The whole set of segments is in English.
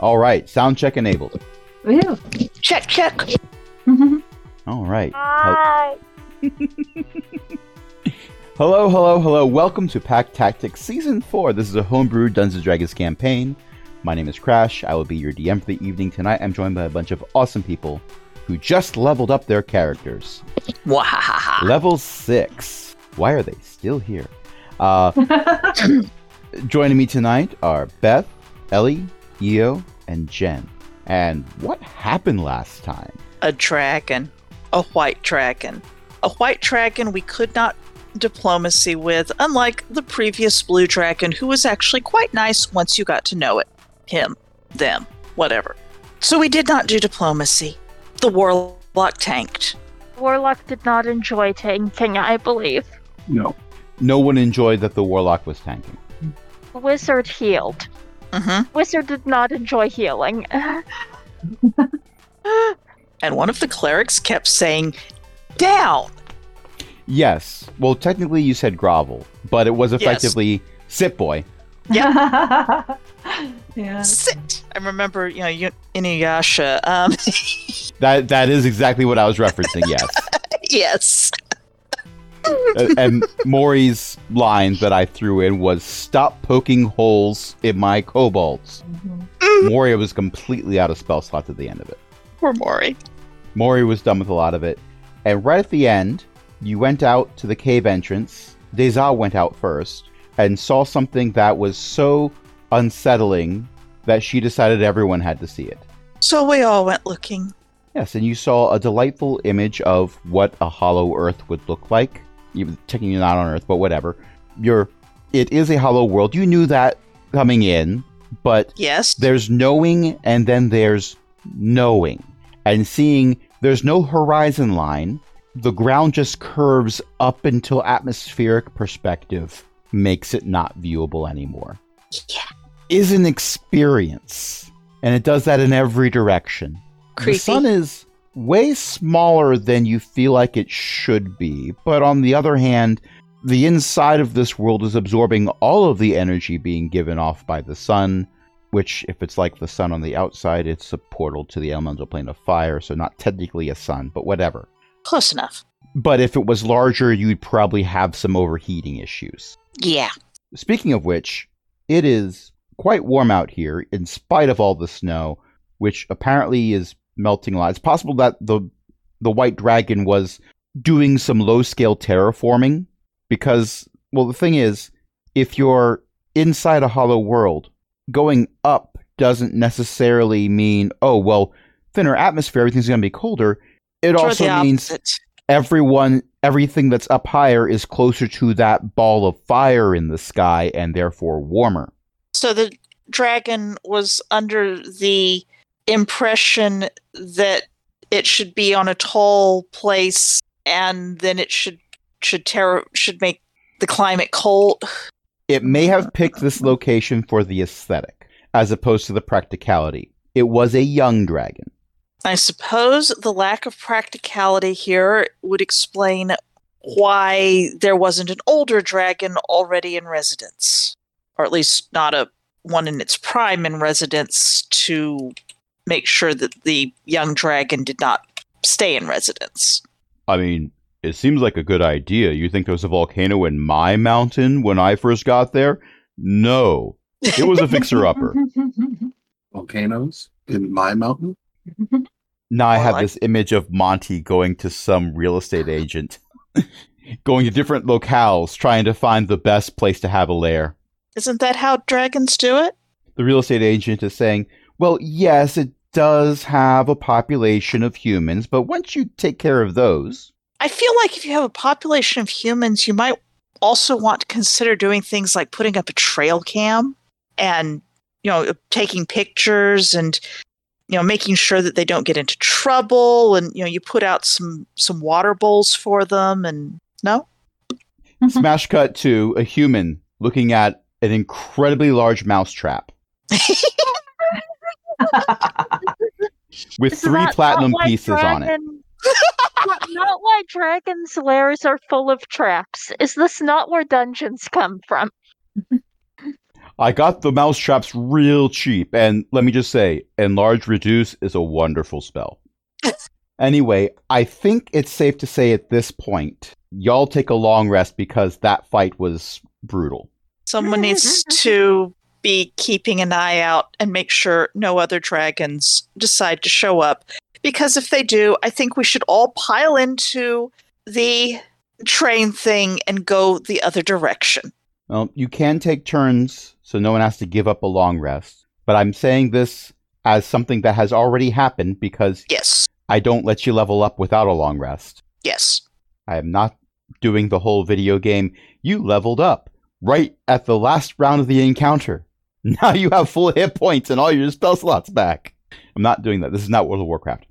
All right, sound check enabled. Ew. Check, check. All right. Hi. hello, hello, hello. Welcome to Pack Tactics Season 4. This is a homebrew Dungeons and Dragons campaign. My name is Crash. I will be your DM for the evening tonight. I'm joined by a bunch of awesome people who just leveled up their characters. Wahahaha. Level 6. Why are they still here? Uh, joining me tonight are Beth, Ellie, Io, and Jen. And what happened last time? A dragon. A white dragon. A white dragon we could not diplomacy with, unlike the previous blue dragon, who was actually quite nice once you got to know it. Him, them, whatever. So we did not do diplomacy. The warlock tanked. Warlock did not enjoy tanking, I believe. No. No one enjoyed that the warlock was tanking. Wizard healed. Mm-hmm. Wizard did not enjoy healing. And one of the clerics kept saying, down. Yes. Well, technically, you said grovel, but it was effectively sit boy. Yeah. yeah. Sit. I remember, you know, you- Inuyasha. Um, That that is exactly what I was referencing. Yes, yes. A- and Maury's line that I threw in was "Stop poking holes in my kobolds." Mhm. Maury was completely out of spell slots at the end of it. Poor Mori. Maury was done with a lot of it, and right at the end, you went out to the cave entrance. Deza went out first and saw something that was so unsettling that she decided everyone had to see it. So we all went looking. Yes, and you saw a delightful image of what a hollow Earth would look like. You technically not on Earth, but whatever. You're, it is a hollow world. You knew that coming in, but Yes. there's knowing, and then there's knowing and seeing. There's no horizon line. The ground just curves up until atmospheric perspective makes it not viewable anymore. Yeah. Is an experience, and it does that in every direction. The sun is way smaller than you feel like it should be, but on the other hand, the inside of this world is absorbing all of the energy being given off by the sun, which, if it's like the sun on the outside, it's a portal to the elemental plane of fire, so not technically a sun, but whatever. Close enough. But if it was larger, you'd probably have some overheating issues. Yeah. Speaking of which, it is quite warm out here in spite of all the snow, which apparently is melting a lot. It's possible that the the white dragon was doing some low scale terraforming because well the thing is, if you're inside a hollow world, going up doesn't necessarily mean, oh well, thinner atmosphere, everything's gonna be colder. It Or also the means opposite. everyone everything that's up higher is closer to that ball of fire in the sky and therefore warmer So the dragon was under the impression that it should be on a tall place, and then it should should terror should make the climate cold. it may have picked this location for the aesthetic as opposed to the practicality it was a young dragon I suppose the lack of practicality here would explain why there wasn't an older dragon already in residence, or at least not a one in its prime in residence to make sure that the young dragon did not stay in residence. i mean it seems like a good idea you think there was a volcano in my mountain when i first got there no it was a fixer upper Volcanoes in my mountain? Now I Or have like- this image of Monty going to some real estate agent, going to different locales, trying to find the best place to have a lair. Isn't that how dragons do it? The real estate agent is saying, Well, yes, it does have a population of humans, but once you take care of those, I feel like if you have a population of humans, you might also want to consider doing things like putting up a trail cam and, you know, taking pictures and, you know, making sure that they don't get into trouble and, you know, you put out some some water bowls for them and no? Mm-hmm. smash cut to a human looking at an incredibly large mousetrap with Is three that platinum not why pieces on it. dragon- What- not why dragons' lairs are full of traps. Is this not where dungeons come from? I got the mouse traps real cheap, and let me just say, enlarge reduce is a wonderful spell. anyway, I think it's safe to say at this point, y'all take a long rest because that fight was brutal. Someone needs to be keeping an eye out and make sure no other dragons decide to show up. Because if they do, I think we should all pile into the train thing and go the other direction. Well, you can take turns, so no one has to give up a long rest. But I'm saying this as something that has already happened because Yes. I don't let you level up without a long rest. Yes. I am not doing the whole video game. You leveled up right at the last round of the encounter. Now you have full hit points and all your spell slots back. I'm not doing that. This is not World of Warcraft.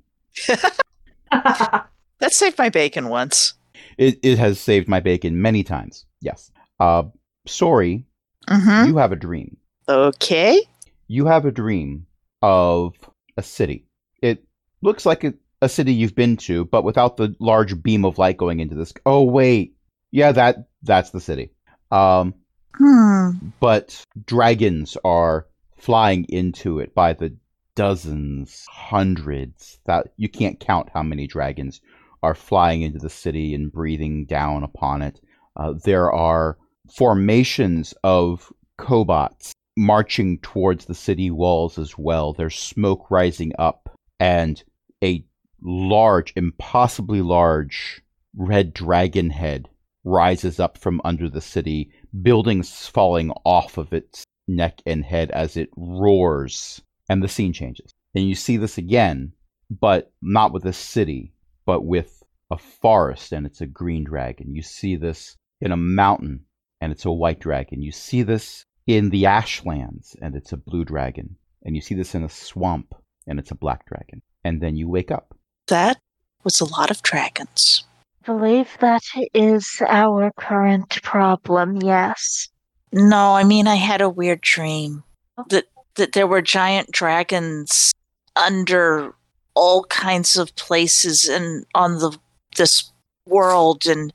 That saved my bacon once. It, it has saved my bacon many times. Yes. Uh, sorry, Mm-hmm. you have a dream. Okay. you have a dream of a city. It looks like a, a city you've been to, but without the large beam of light going into this. Oh wait, yeah, that that's the city. Um, Hmm. but dragons are flying into it by the dozens, hundreds. That you can't count how many dragons are flying into the city and breathing down upon it. Uh, there are formations of kobots marching towards the city walls as well. There's smoke rising up, and a large, impossibly large red dragon head rises up from under the city buildings falling off of its neck and head as it roars, and the scene changes. And you see this again, but not with a city, but with a forest, and it's a green dragon. You see this in a mountain, and it's a white dragon. You see this in the ashlands, and it's a blue dragon. And you see this in a swamp, and it's a black dragon. And then you wake up. That was a lot of dragons. I believe that is our current problem, yes. No, I mean I had a weird dream that that there were giant dragons under all kinds of places and on the this world and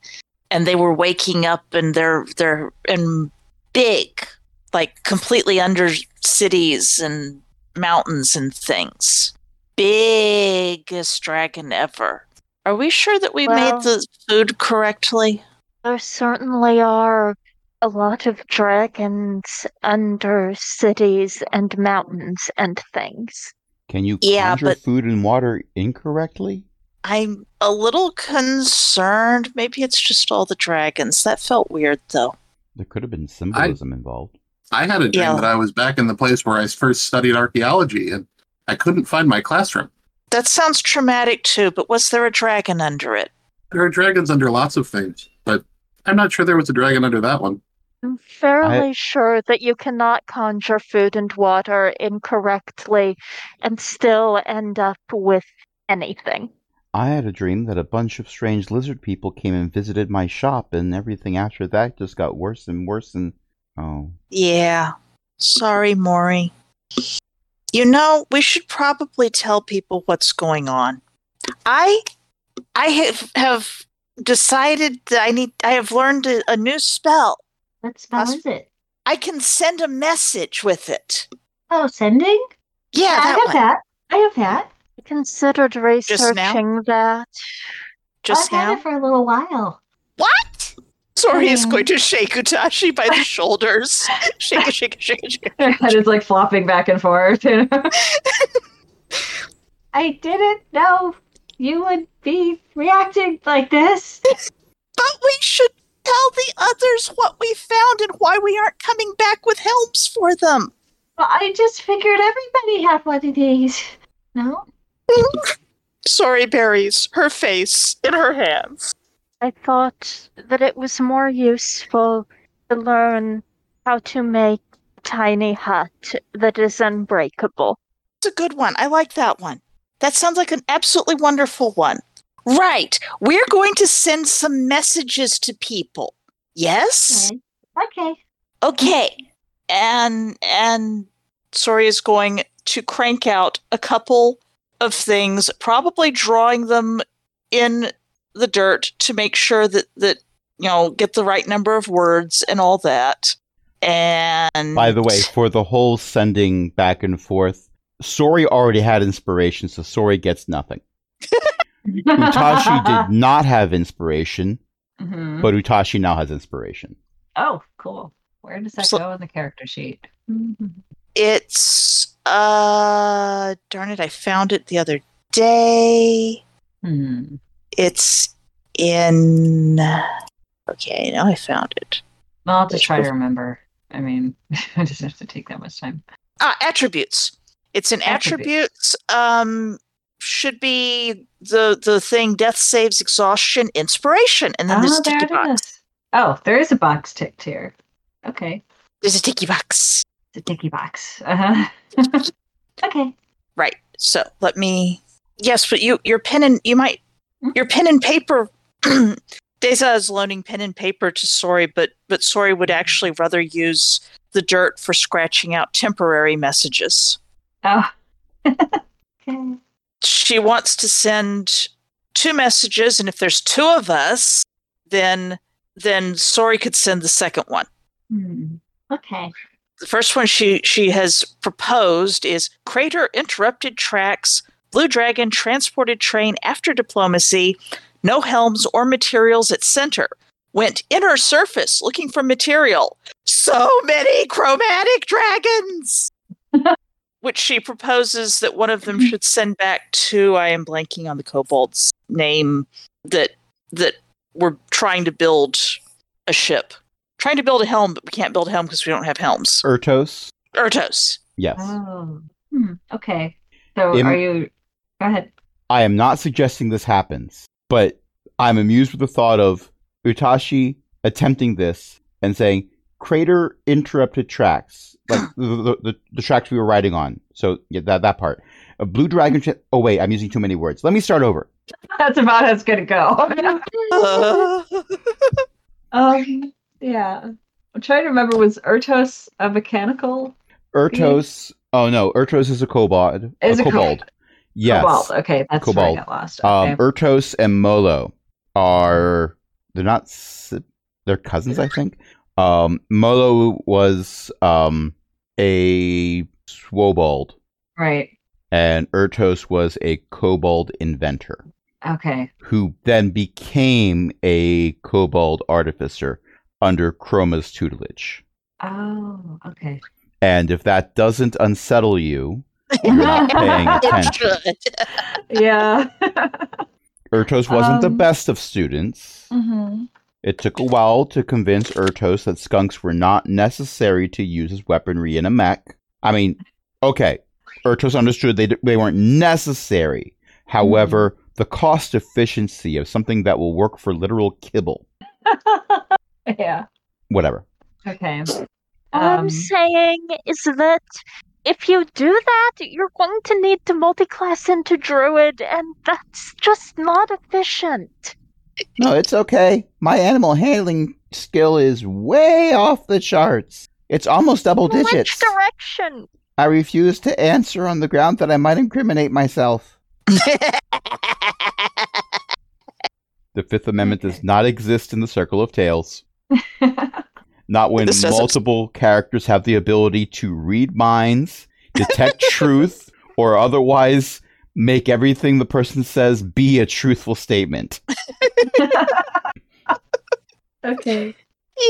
and they were waking up and they're they're and big like completely under cities and mountains and things. Biggest dragon ever. Are we sure that we Well- made the food correctly? There certainly are a lot of dragons under cities and mountains and things. Can you Yeah, conjure but- food and water incorrectly? I'm a little concerned. Maybe it's just all the dragons. That felt weird, though. There could have been symbolism involved. I had a dream Yeah. that I was back in the place where I first studied archaeology and I couldn't find my classroom. That sounds traumatic, too, but was there a dragon under it? There are dragons under lots of things, but I'm not sure there was a dragon under that one. I'm fairly sure that you cannot conjure food and water incorrectly and still end up with anything. I had a dream that a bunch of strange lizard people came and visited my shop, and everything after that just got worse and worse. And oh, Yeah. Sorry, Maury. You know, we should probably tell people what's going on. I I have have decided that I need I have learned a, a new spell. what spell is it? I can send a message with it. Oh, sending? Yeah, I that have one. that. I have that. I considered now? researching that. Just I've had now. it for a little while. What? Sorry, is Mm. going to shake Utashi by the shoulders. shake it, shake it, shake it, shake it. Her head is like flopping back and forth. I didn't know you would be reacting like this. But we should tell the others what we found and why we aren't coming back with helms for them. But I just figured everybody had one of these. No? Sorry, berries. Her face in her hands. I thought that it was more useful to learn how to make a tiny hut that is unbreakable. It's a good one. I like that one. That sounds like an absolutely wonderful one. Right. We're going to send some messages to people. Yes? Okay. Okay. Okay. And and Sori is going to crank out a couple of things, probably drawing them in the dirt to make sure that that you know get the right number of words and all that. Mm. And By the way, for the whole sending back and forth, Sori already had inspiration, so Sori gets nothing. Utashi did not have inspiration, Mhm. but Utashi now has inspiration. Oh, cool. Where does that So- go on the character sheet? it's uh darn it, I found it the other day. Hmm. It's in Okay, now I found it. Well, I'll just try to That's- remember. I mean, it doesn't have to take that much time. Ah, attributes. It's an Attributes. attributes. Um should be the the thing death saves exhaustion inspiration and then there's Oh, a there tiki it box. is. Oh, there is a box ticked here. Okay. There's a tiki box. It's a tiki box. Uh-huh. okay. Right. So let me. Yes, but you your pen and you might Hmm? your pen and paper. Deza is loaning pen and paper to Sori, but but Sori would actually rather use the dirt for scratching out temporary messages. Oh, She wants to send two messages, and if there's two of us, then then Sori could send the second one. hmm. okay. the first one she she has proposed is crater interrupted tracks blue dragon transported train after diplomacy no helms or materials at center went inner surface looking for material so many chromatic dragons which she proposes that one of them should send back to i am blanking on the kobold's name that that we're trying to build a ship trying to build a helm but we can't build a helm because we don't have helms Ertos, Ertos. yes. Oh. Hmm. Okay. So Im- Oh, are you? Go ahead. I am not suggesting this happens, but I'm amused with the thought of Utashi attempting this and saying, Crater interrupted tracks, like the, the, the, the tracks we were riding on. So, yeah, that, that part. A blue dragon. Tra- oh, wait, I'm using too many words. Let me start over. That's about how it's gonna go. um. Yeah. I'm trying to remember. Was Ertos a mechanical? Ertos. Oh, no. Ertos is a kobold. Mm-hmm. Is a kobold. kobold. Yes. Cobalt. Okay, that's where I Cobalt. got lost. Okay. Um, Ertos and Molo are they're not si- they're cousins, I think. Um, Molo was um, a Swobold, right. and Ertos was a kobold inventor Okay. who then became a kobold artificer under Chroma's tutelage. Oh. Okay. And if that doesn't unsettle you, you're not paying attention. Yeah. Ertos wasn't the Um, best of students. mm-hmm. It took a while to convince Ertos that skunks were not necessary to use as weaponry in a mech. I mean, okay, Ertos understood they, d- they weren't necessary. However, the cost efficiency of something that will work for literal kibble, yeah. whatever. Okay. Um, All I'm saying is that if you do that, you're going to need to multiclass into druid, and that's just not efficient. No, it's okay. My animal handling skill is way off the charts. It's almost double Which digits. direction? I refuse to answer on the ground that I might incriminate myself. The Fifth Amendment does Okay. not exist in the Circle of Tales. Not when This doesn't- multiple characters have the ability to read minds, detect truth, or otherwise make everything the person says be a truthful statement. okay.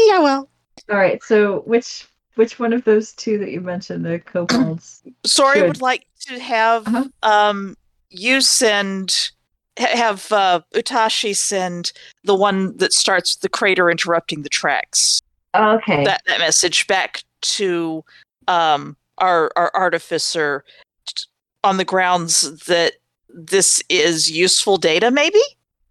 yeah, well. All right. So which which one of those two that you mentioned, the kobolds? Sorry, Should. would like to have Uh-huh. um, you send, ha- have uh, Utashi send the one that starts with the crater interrupting the tracks. okay. That, that message back to um, our, our artificer t- on the grounds that this is useful data, maybe?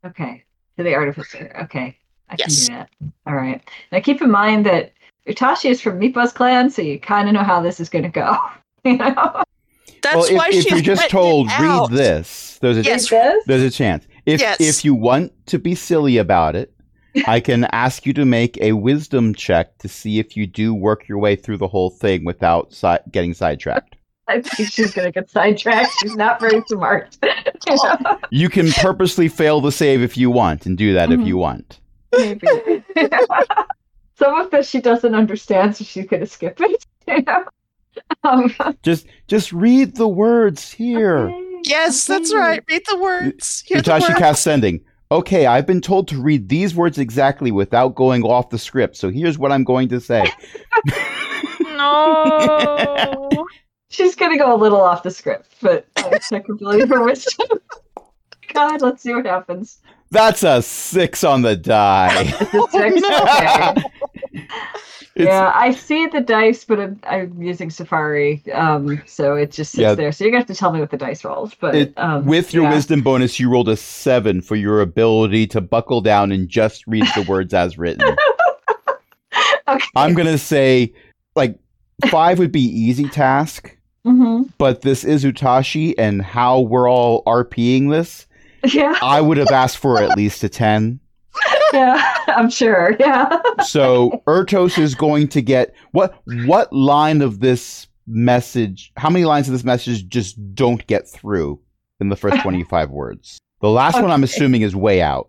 Okay. To the artificer. Okay. I Yes. can do that. All right. Now keep in mind that Utashi is from Meepa's clan, so you kind of know how this is going to go. you know? That's well, if, why if she's you're just written told it out. read this, there's a Yes. there's a chance. If Yes. if you want to be silly about it, I can ask you to make a wisdom check to see if you do work your way through the whole thing without si- getting sidetracked. I think she's going to get sidetracked. She's not very smart. You know? You can Mm-hmm. purposely fail the save if you want and do that if Mhm. you want. Maybe. some of this she doesn't understand, so she's gonna skip it. You know? um, Just just read the words here. Yes, that's right. Read the words. Hear the Natasha words. casts sending. Okay, I've been told to read these words exactly without going off the script, so here's what I'm going to say. No. she's gonna go a little off the script, but I I can believe her wisdom. God, let's see what happens. That's a six on the die. Is this six? Okay. It's- yeah, I see the dice, but I'm, I'm using Safari, um, so it just sits Yeah. there. So you're gonna have to tell me what the dice rolls, but It- um, With your yeah. wisdom bonus, you rolled a seven for your ability to buckle down and just read the words as written. Okay. I'm going to say, like, five would be easy task, Mhm. but this is Utashi and how we're all RPing this. Yeah, I would have asked for at least a 10. yeah, I'm sure. Yeah. So Ertos is going to get what what line of this message how many lines of this message just don't get through in the first 25 words. The last one I'm assuming is way out.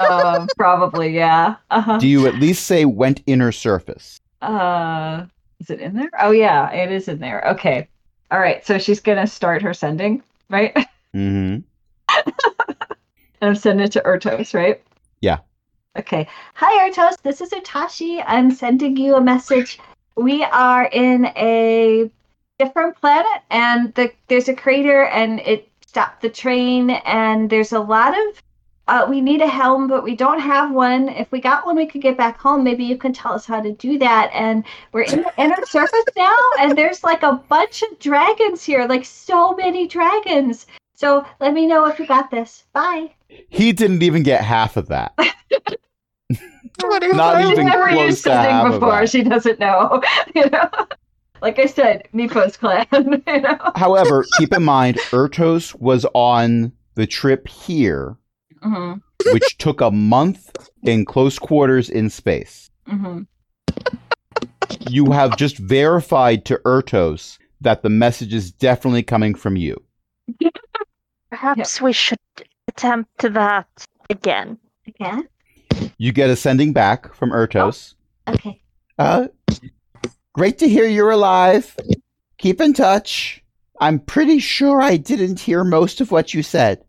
um, probably, yeah. Uh-huh. Do you at least say went inner surface? Uh, is it in there? Oh, yeah, it is in there. Okay. All right. So she's going to start her sending, right? and Mm-hmm. I'm sending it to Ertos, right? Yeah. Okay. Hi, Ertos. This is Utashi. I'm sending you a message. We are in a different planet, and the, there's a crater, and it stopped the train, and there's a lot of. Uh, we need a helm, but we don't have one. If we got one, we could get back home. Maybe you can tell us how to do that. And we're in the inner surface now, and there's like a bunch of dragons here, like so many dragons. So let me know if you got this. Bye. He didn't even get half of that. Whatever. Not even never close used to half something of before. that. She doesn't know. You know? Like I said, Mipo's clan. You know? However, keep in mind Ertos was on the trip here, Mm-hmm. which took a month in close quarters in space. Mm-hmm. you have just verified to Ertos that the message is definitely coming from you. Perhaps we should attempt that again. Again? You get a sending back from Ertos. Oh. Okay. Uh, great to hear you're alive. Keep in touch. I'm pretty sure I didn't hear most of what you said.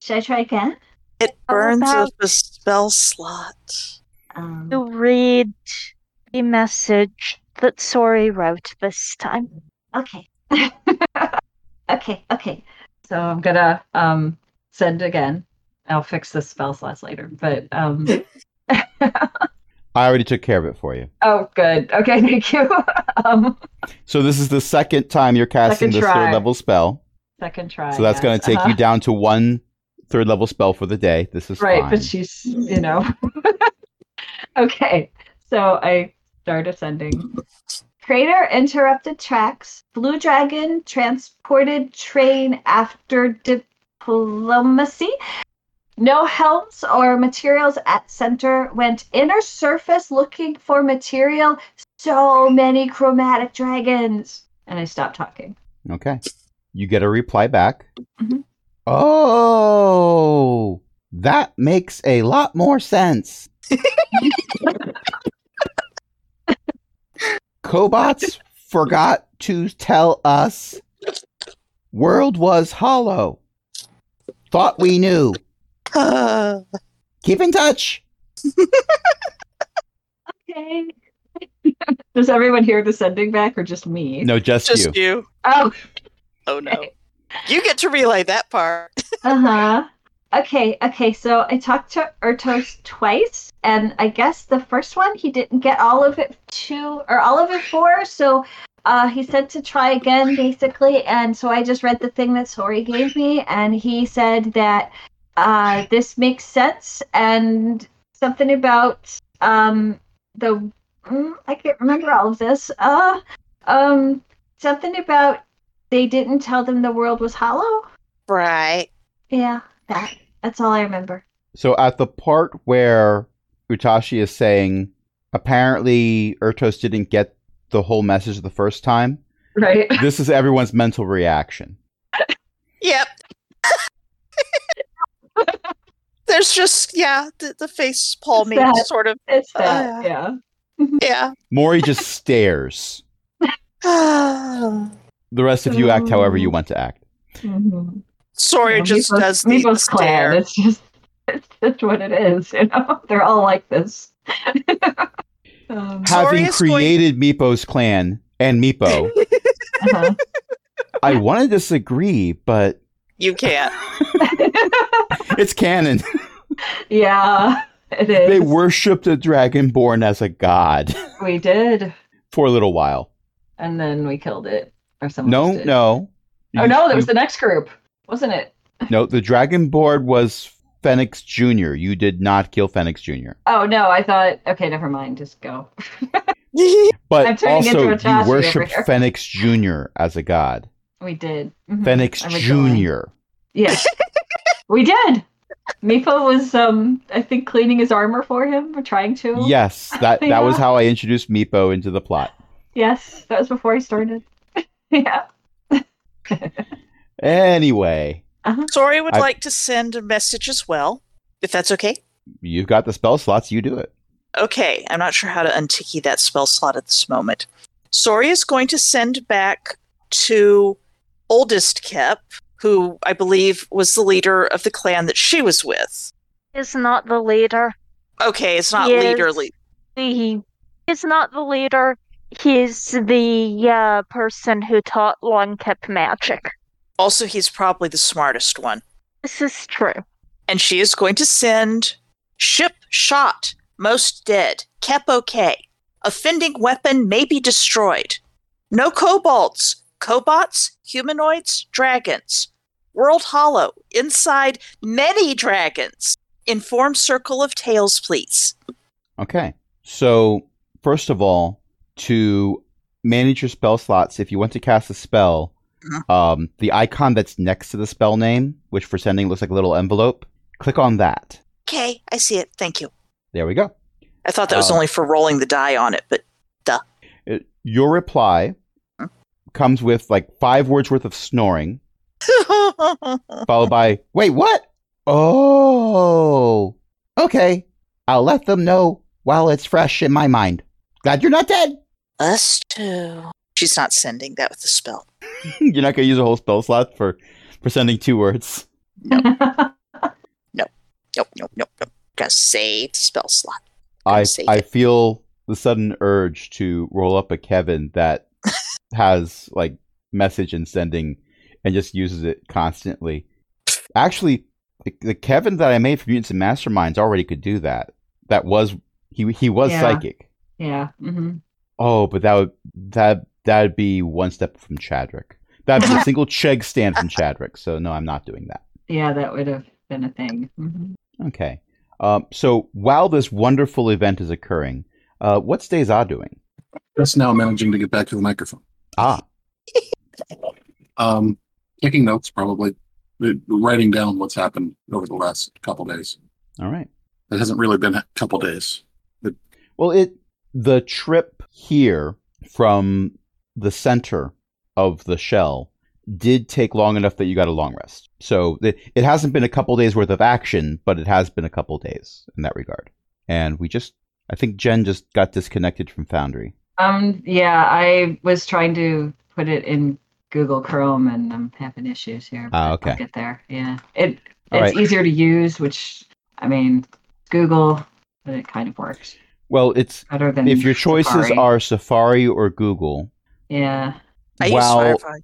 Should I try again? It burns about- up a spell slot. Um, To read the message that Sori wrote this time. okay. okay. Okay. So I'm gonna um send again. I'll fix the spell slots later, but um. I already took care of it for you. Oh, good. Okay, thank you. um, So this is the second time you're Second casting this try. third level spell. second try. Uh-huh. So that's going to take you down to one third level spell for the day. This is Right, fine. but she's, you know. okay, so I start ascending. Crater interrupted tracks. Blue dragon transported train after diplomacy. No helms or materials at center. Went inner surface looking for material. So many chromatic dragons. And I stopped talking. Okay. You get a reply back. Mhm. Oh, that makes a lot more sense. Cobots forgot to tell us world was hollow. Thought we knew. Uh, Keep in touch. Okay. Does everyone hear the sending back or just me? No, just, just you. you. Oh. Oh no. You get to relay that part. Uh huh. Okay, okay. So I talked to Ertos twice, and I guess the first one he didn't get all of it two or all of it four. So uh, he said to try again, basically. And so I just read the thing that Sori gave me, and he said that uh, this makes sense, and something about um, the mm, I can't remember all of this. Uh, um, something about they didn't tell them the world was hollow. Right. Yeah, that. That's all I remember. So at the part where Utashi is saying apparently Ertos didn't get the whole message the first time, Right. this is everyone's mental reaction. Yep. They're there's just yeah, the, the face Paul It's made that. sort of It's that, Uh. yeah. yeah. Maury just stares. Mm-hmm. The rest of you act Oh. however you want to act. Mhm. Sori You know, just Meepos- does the Meepos clan. stare. It's just it's just what it is, you know. They're all like this. um, Having is going- created Meepo's clan and Meepo, uh-huh. I want to disagree, but You can't. it's canon. yeah, it is. They worshipped the dragonborn as a god We did, for a little while. and then we killed it, or someone No, did. no. Oh You- no, there you was the next group, wasn't it? No, the dragon board was Fenix Jr. You did not kill Fenix Jr. Oh no, I thought. Okay, never mind. Just go. I'm But turning into also, a Jossie you over worshipped here. Fenix Jr. as a god. We did. Mhm. Fenix I'm rejoicing. Jr. Yeah, we did. Meepo was, um, I think, cleaning his armor for him, or trying to. Yes, that, that was Yeah. how I introduced Meepo into the plot. Yes, that was before he started. yeah. Anyway, Uh-huh. Sori would I- like to send a message as well, if that's okay. you've got the spell slots, you do it. Okay, I'm not sure how to unticky that spell slot at this moment. Sori is going to send back to oldest Kep, who I believe was the leader of the clan that she was with. Is not the leader. Okay, it's not Yes. leader. Le- He is not the leader. He's the uh, person who taught Long Kept magic. also, he's probably the smartest one. This is true. And she is going to send ship shot, most dead, Kep okay. Offending weapon may be destroyed. No kobolds, cobots, humanoids, dragons. World Hollow, inside many dragons. Inform Circle of Tales, please. Okay. So, first of all, to manage your spell slots, if you want to cast a spell, Uh-huh. um, the icon that's next to the spell name, which for sending looks like a little envelope, click on that. Okay, I see it. Thank you. There we go. I thought that was Oh. only for rolling the die on it, but It- your reply comes with like five words worth of snoring, followed by, wait, what? Oh, okay. I'll let them know while it's fresh in my mind. Glad you're not dead. us too. She's not sending that with the spell. you're not going to use a whole spell slot for, for sending two words. Nope, nope, nope, nope. Gotta save the spell slot. I, sake. I feel the sudden urge to roll up a Kevin that has like message and sending and just uses it constantly. Actually, the, the Kevin that I made for Mutants and Masterminds already could do that. That was he he was Yeah. psychic. yeah. hmm Oh, but that would that that'd be one step from Chadrick. That'd be a single cheg stand from Chadrick. So no, I'm not doing that. Yeah, that would have been a thing. hmm Okay. Um, so while this wonderful event is occurring, uh, what's Deza doing? Just now managing to get back to the microphone. Ah, Um, taking notes, probably Uh, writing down what's happened over the last couple days. All right. It hasn't really been a couple days. Well, it the trip here from the center of the shell did take long enough that you got a long rest. So it, it hasn't been a couple days worth of action, but it has been a couple days in that regard. And we just I think Jen just got disconnected from Foundry. Um. Yeah, I was trying to put it in Google Chrome, and I'm having issues here. but Ah, I'll okay. get there. Yeah. It All it's right. easier to use, which I mean, Google, but it kind of works Well, it's better than if your choices Safari. are Safari or Google, Yeah. I use Wow. Firefly.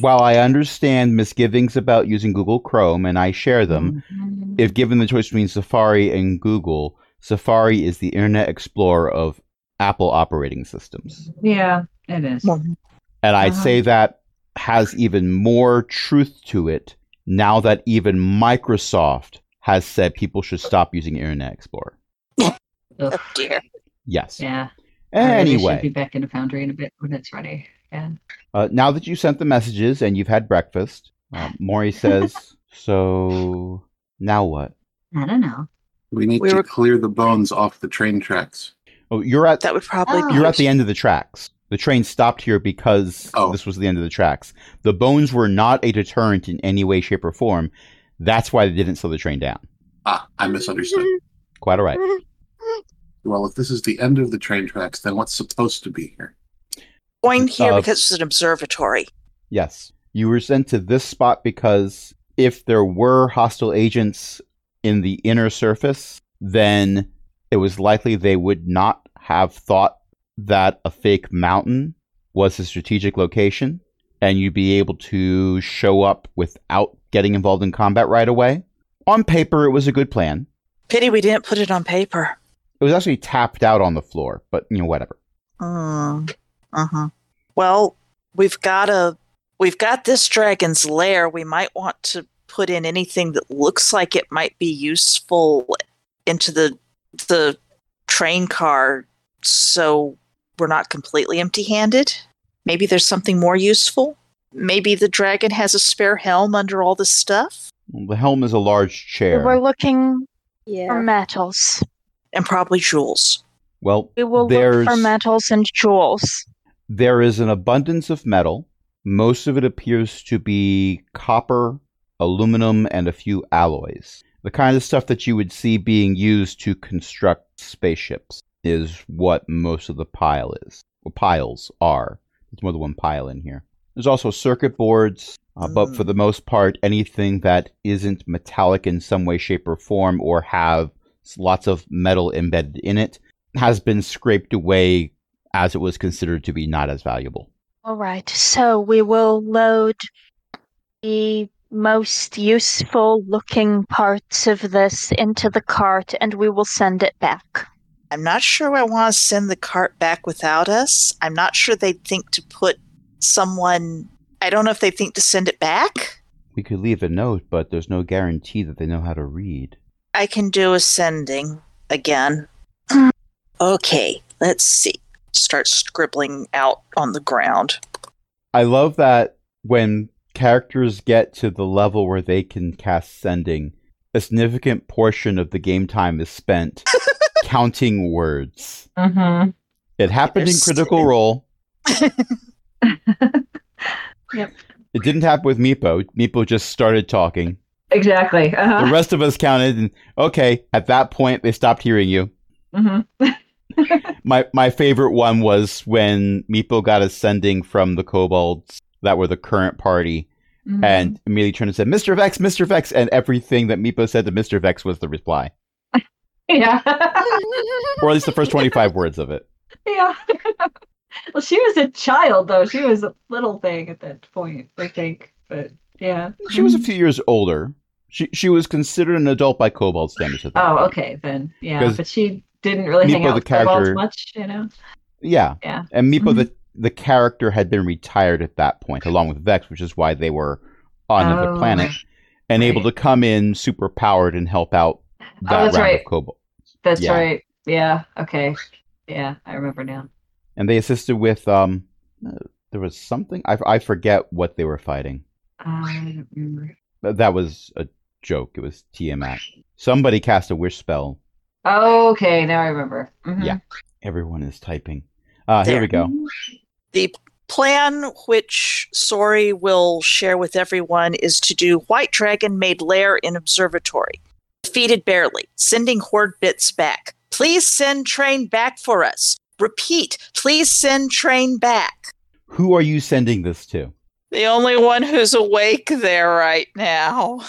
while I understand misgivings about using Google Chrome and I share them, Mhm. if given the choice between Safari and Google, Safari is the Internet Explorer of Apple operating systems. Yeah, it is. And I'd Ah. say that has even more truth to it now that even Microsoft has said people should stop using Internet Explorer. Ugh. Oh dear. Yes. Yeah. I really should be Anyway, back in the Foundry in a bit when it's ready. Yeah. uh, now that you sent the messages and you've had breakfast, uh, Maury says, So now what? I don't know. We need We to were- clear the bones off the train tracks. Oh, you're at That would probably Oh. be You're at the end of the tracks. The train stopped here because Oh. this was the end of the tracks. The bones were not a deterrent in any way, shape, or form. That's why they didn't slow the train down. Ah, I misunderstood. Quite all right. Well, if this is the end of the train tracks, then what's supposed to be here? Going here Uh, because it's an observatory. Yes. You were sent to this spot because if there were hostile agents in the inner surface, then it was likely they would not have thought that a fake mountain was a strategic location and you'd be able to show up without getting involved in combat right away. On paper, it was a good plan. Pity we didn't put it on paper. It was actually tapped out on the floor, but you know, whatever. Mm. Uh-huh. Well, we've got a we've got this dragon's lair. We might want to put in anything that looks like it might be useful into the the train car so we're not completely empty-handed. Maybe there's something more useful. Maybe the dragon has a spare helm under all this stuff The helm is a large chair. We're looking for Yeah. metals. and probably jewels. well, We will there's look for metals and jewels. There is an abundance of metal. Most of it appears to be copper, aluminum, and a few alloys. The kind of stuff that you would see being used to construct spaceships is what most of the pile is. Well, piles are. There's more than one pile in here. There's also circuit boards, uh, but for the most part, anything that isn't metallic in some way, shape, or form, or have s- lots of metal embedded in it, has been scraped away as it was considered to be not as valuable. All right, so we will load the most useful looking parts of this into the cart and we will send it back. I'm not sure I want to send the cart back without us. I'm not sure they'd think to put someone. I don't know if they think to send it back. We could leave a note, but there's no guarantee that they know how to read. I can do ascending again. okay, let's see. Start scribbling out on the ground. I love that when characters get to the level where they can cast sending, a significant portion of the game time is spent counting words. Mm-hmm. It happened in There's- Critical Role. Yep. It didn't happen with Meepo. Meepo just started talking. Exactly. The Uh-huh. rest of us counted, and okay, at that point, they stopped hearing you. hmm My my favorite one was when Meepo got a sending from the kobolds that were the current party Mm-hmm. and immediately turned and said, Mr. Vex, Mr. Vex, and everything that Meepo said to Mr. Vex was the reply. yeah, Or at least the first twenty five words of it. yeah. well, she was a child though. She was a little thing at that point, I think. But yeah. She was a few years older. She she was considered an adult by kobold standards at that Oh, point. okay then. 'Cause Yeah, but she didn't really hang Meepo out the with kobolds character- much, you know. Yeah. Yeah. Mm-hmm. And Meepo the the character had been retired at that point, along with Vex, which is why they were on another Oh. planet and able to Right. Oh, come in super powered and help out that that's round right. of kobold. That's Yeah. right. Yeah. Okay. Yeah, I remember now. and they assisted with um uh, there was something I, I forget what they were fighting I don't remember. Th- that was a joke it was tiamat somebody cast a wish spell Okay, now I remember. Mhm. Yeah. everyone is typing uh here we There. go Plan, which Sori will share with everyone, is to do White Dragon made lair in observatory. Defeated barely, sending horde bits back. Please send train back for us. Repeat, please send train back. who are you sending this to The only one who's awake there right now.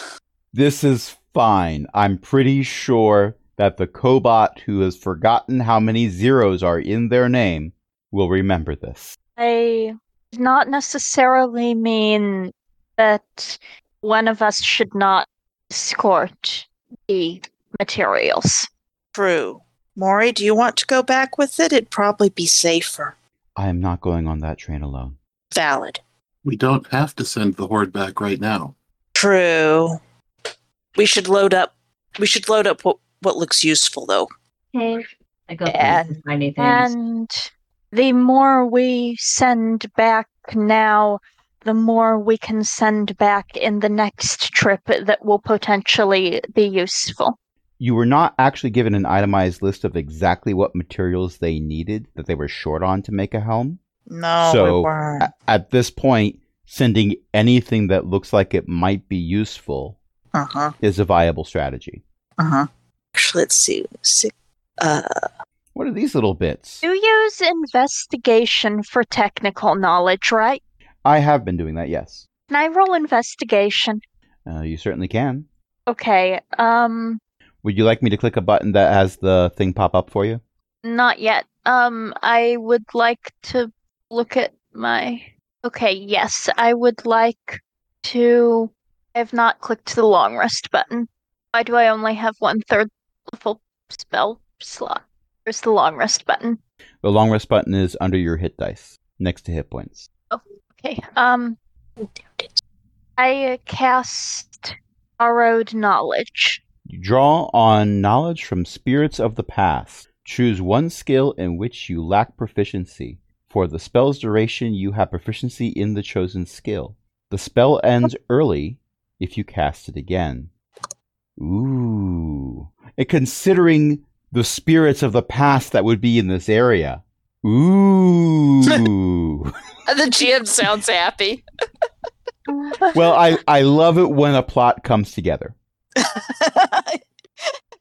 this is fine i'm pretty sure that the cobot who has forgotten how many zeros are in their name will remember this I did not necessarily mean that one of us should not escort the materials. True. Maury, do you want to go back with it? It'd probably be safer. i am not going on that train alone Valid. We don't have to send the horde back right now. True. We should load up. We should load up what, what looks useful, though. Okay. I got And- these tiny things. And the more we send back now, the more we can send back in the next trip that will potentially be useful. you were not actually given an itemized list of exactly what materials they needed that they were short on to make a helm. No, So, we weren't. A- At this point, sending anything that looks like it might be useful Uh huh. is a viable strategy. Uh-huh. Actually, let's see. Six, uh, What are these little bits? You use investigation for technical knowledge, right? I have been doing that, yes. Can I roll investigation? Uh, you certainly can. Okay, um, Would you like me to click a button that has the thing pop up for you? not yet. Um, I would like to look at my. Okay, yes, I would like to. I have not clicked the long rest button. Why do I only have one third level spell slot? Where's the long rest button? The long rest button is under your hit dice, next to hit points. Oh, Okay. Um, I uh, cast borrowed knowledge. You draw on knowledge from spirits of the past. Choose one skill in which you lack proficiency. For the spell's duration, you have proficiency in the chosen skill. The spell ends early if you cast it again. Ooh. And considering the spirits of the past that would be in this area. Ooh. The GM sounds happy. well, I, I love it when a plot comes together.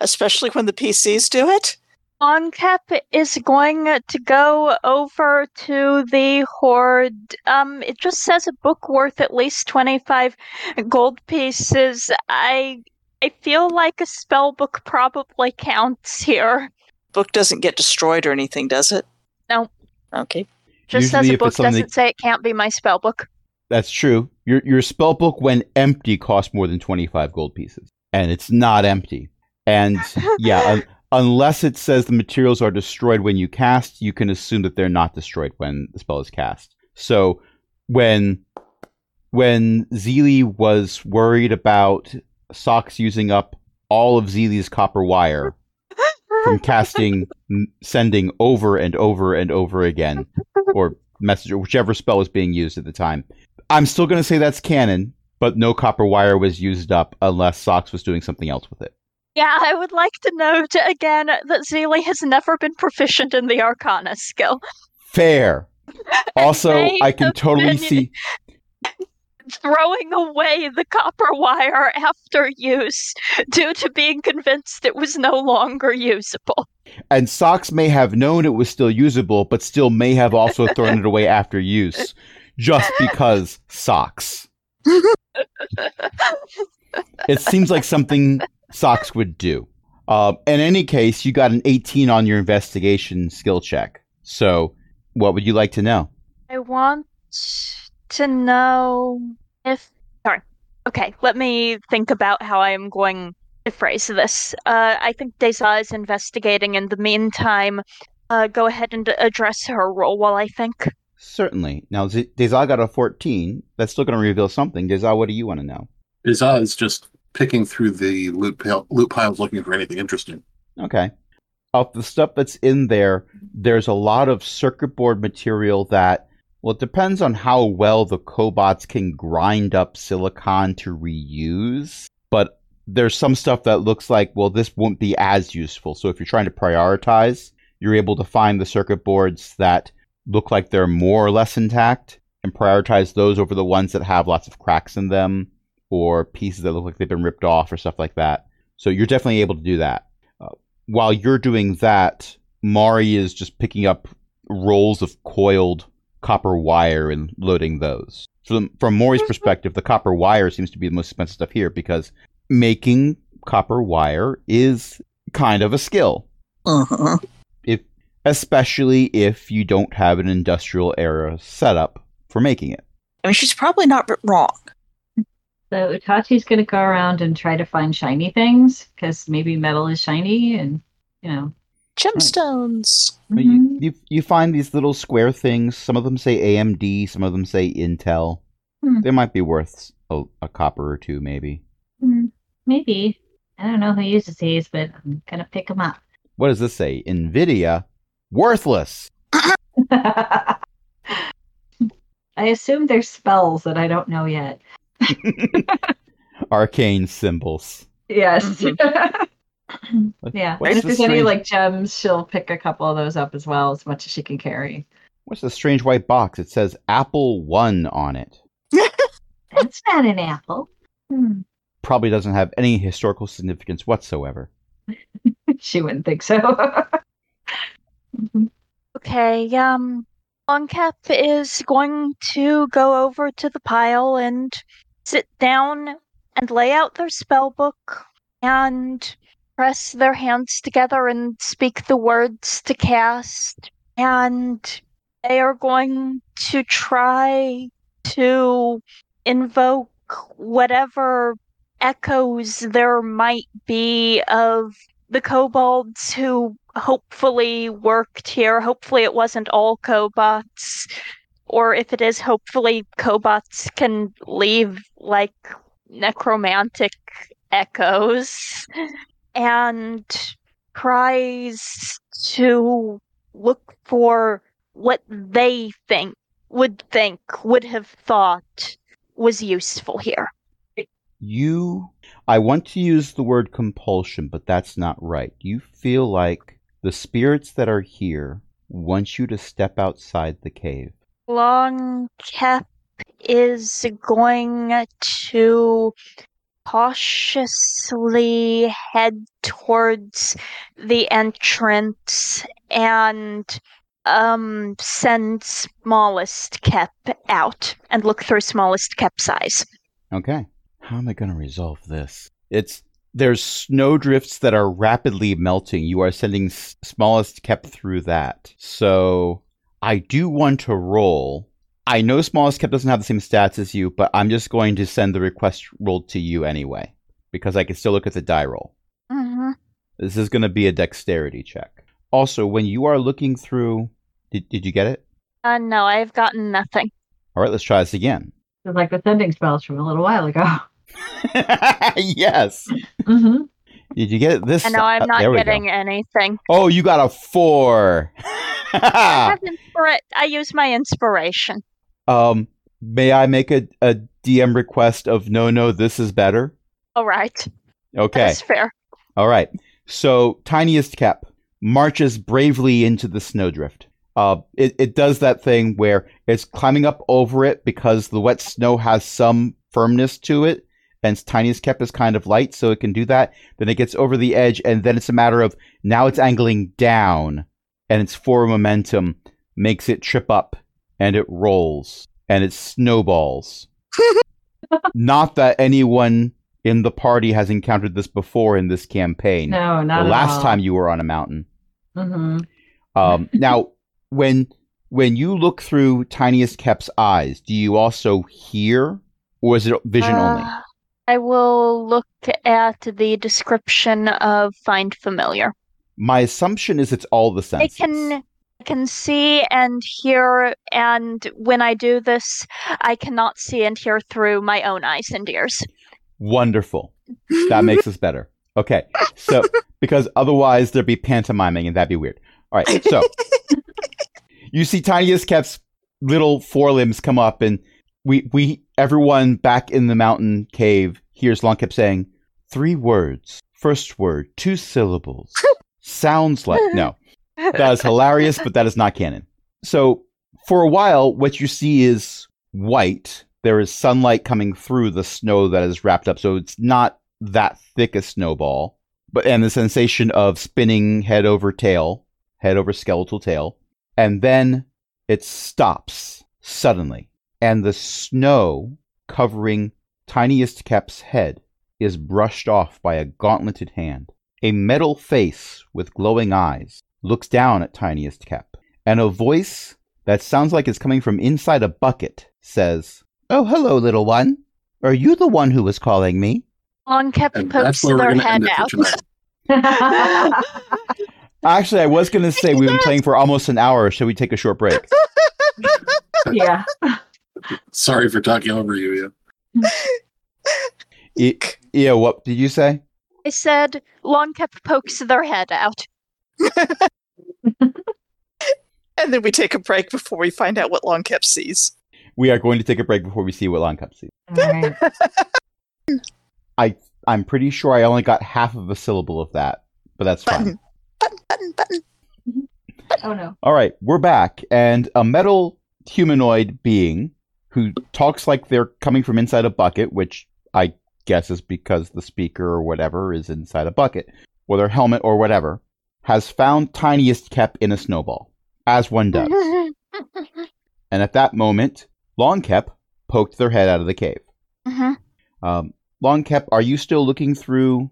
especially when the PCs do it. Longcap is going to go over to the horde. Um, it just says a book worth at least twenty-five gold pieces. I I feel like a spell book probably counts here. Book doesn't get destroyed or anything, does it? No. Okay. Just Usually says a if book it's something doesn't that- say it can't be my spell book. That's true. Your your spell book when empty costs more than 25 gold pieces and it's not empty. And yeah, un- unless it says the materials are destroyed when you cast, you can assume that they're not destroyed when the spell is cast. So when when Zeely was worried about Socks using up all of Zeely's copper wire from casting m- sending over and over and over again or message or whichever spell was being used at the time. I'm still going to say that's canon, but no copper wire was used up unless Sox was doing something else with it. Yeah, I would like to note again that Zeely has never been proficient in the Arcana skill. Fair. Also, May I can have totally been- see Throwing away the copper wire after use due to being convinced it was no longer usable. and Sox may have known it was still usable but still may have also thrown it away after use just because Sox. It seems like something Sox would do. Um, in any case, you got an 18 on your investigation skill check. So, what would you like to know? I want to know if. Sorry. Okay, let me think about how I am going to phrase this. Uh, I think Deza is investigating. In the meantime, uh, go ahead and address her role while I think. Certainly. Now, Z- Dezal got a 14. That's still going to reveal something. Dezal, what do you want to know? Iza is just picking through the loot, pile, loot piles looking for anything interesting. Okay. Of the stuff that's in there, there's a lot of circuit board material that, well, it depends on how well the cobots can grind up silicon to reuse. But there's some stuff that looks like, well, this won't be as useful. So if you're trying to prioritize, you're able to find the circuit boards that look like they're more or less intact and prioritize those over the ones that have lots of cracks in them or pieces that look like they've been ripped off or stuff like that. So you're definitely able to do that while you're doing that, Mari is just picking up rolls of coiled copper wire and loading those. From from Mori's perspective, the copper wire seems to be the most expensive stuff here because making copper wire is kind of a skill, Uh-huh. especially if you don't have an industrial era setup for making it. I mean, she's probably not wrong. So Itachi's gonna go around and try to find shiny things because maybe metal is shiny, and you know. Mm-hmm. Gemstones. But you, you you find these little square things. Some of them say AMD, some of them say Intel. Hmm. They might be worth a, a copper or two, maybe. Hmm, Mhm. Maybe I don't know who uses these, but I'm gonna pick them up. what does this say? Nvidia, worthless. I assume there's spells that I don't know yet. Arcane symbols. Yes. Mm-hmm. What- yeah. what's and if this there's any strange- like gems, she'll pick a couple of those up as well, as much as she can carry. What's the strange white box? It says Apple One on it. That's not an apple. Hmm. probably doesn't have any historical significance whatsoever. she wouldn't think so. Oh, Mhm. Okay, um, Longcap is going to go over to the pile and sit down and lay out their spell book and press their hands together and speak the words to cast. And they are going to try to invoke whatever echoes there might be of the kobolds who hopefully worked here. Hopefully, it wasn't all cobots, or if it is, hopefully, cobots can leave like necromantic echoes and tries to look for what they think would think would have thought was useful here. You, I want to use the word compulsion, but that's not right. You feel like the spirits that are here want you to step outside the cave. Long Cap is going to cautiously head towards the entrance and um send smallest cap out and look through smallest cap size. Okay. How am I going to resolve this? It's there's snowdrifts that are rapidly melting. You are sending s- smallest kept through that. So I do want to roll. I know smallest kept doesn't have the same stats as you, but I'm just going to send the request roll to you anyway because I can still look at the die roll. Mm-hmm. This is going to be a dexterity check. Also, when you are looking through, did, did you get it? Uh, no, I've gotten nothing. All right, let's try this again. It's like the sending spells from a little while ago. yes. hmm Did you get it this? I know time? I'm not There we go. getting anything. Oh, you got a four. Ah. I have inspira- I use my inspiration. um, may I make a, a DM request of no, no, this is better? All right. Okay. That's fair. All right. So tiniest cap marches bravely into the snowdrift. Uh, it, it does that thing where it's climbing up over it because the wet snow has some firmness to it, and tiniest cap is kind of light, so it can do that. Then it gets over the edge, and then it's a matter of now it's angling down, and its forward momentum makes it trip up, and it rolls, and it snowballs. Not that anyone in the party has encountered this before in this campaign. No, not the at last all. time you were on a mountain. hmm Um, now, when when you look through Tiniest Kep's eyes, do you also hear, or is it vision only? Uh, I will look at the description of find familiar. My assumption is it's all the I senses. can I can see and hear and when I do this I cannot see and hear through my own eyes and ears. Wonderful. That makes us better. Okay, so because otherwise there'd be pantomiming and that'd be weird. All right, so you see Tiniest Kep's little forelimbs come up, and we we everyone back in the mountain cave hears Longcap saying three words. First word, two syllables. Sounds like no. that is hilarious, but that is not canon. So for a while, what you see is white. There is sunlight coming through the snow that is wrapped up, so it's not that thick a snowball. But and the sensation of spinning head over tail, head over skeletal tail, and then it stops suddenly, and the snow covering tiniest Kep's head is brushed off by a gauntleted hand. A metal face with glowing eyes looks down at Tiniest Cap, and a voice that sounds like it's coming from inside a bucket says, Oh, hello, little one. Are you the one who was calling me? Long cap And pokes that's where their we're going to head end it for out. tonight. Actually, I was going to say we've been playing for almost an hour. Should we take a short break? yeah. Sorry for talking over you. Yeah. E- yeah, what did you say? I said long cap pokes their head out. And then we take a break before we find out what Long Cap sees. We are going to take a break before we see what Long Cup sees. All right. I'm pretty sure I only got half of a syllable of that, but that's fine. Button, button, button, button. Oh no. All right, we're back, and a metal humanoid being who talks like they're coming from inside a bucket, which I guess is because the speaker or whatever is inside a bucket, or their helmet or whatever, has found Tiniest Kep in a snowball, as one does. and at that moment, Long Kep poked their head out of the cave. hmm Um, Long Kep, are you still looking through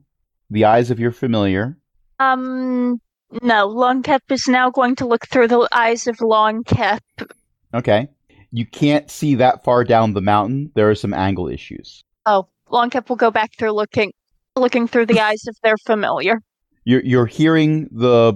the eyes of your familiar? Um, no, Long Cap is now going to look through the eyes of Long Cap. Okay. You can't see that far down the mountain. There are some angle issues. Oh, Long Cap will go back through looking, looking through the eyes of their familiar. You're, you're hearing the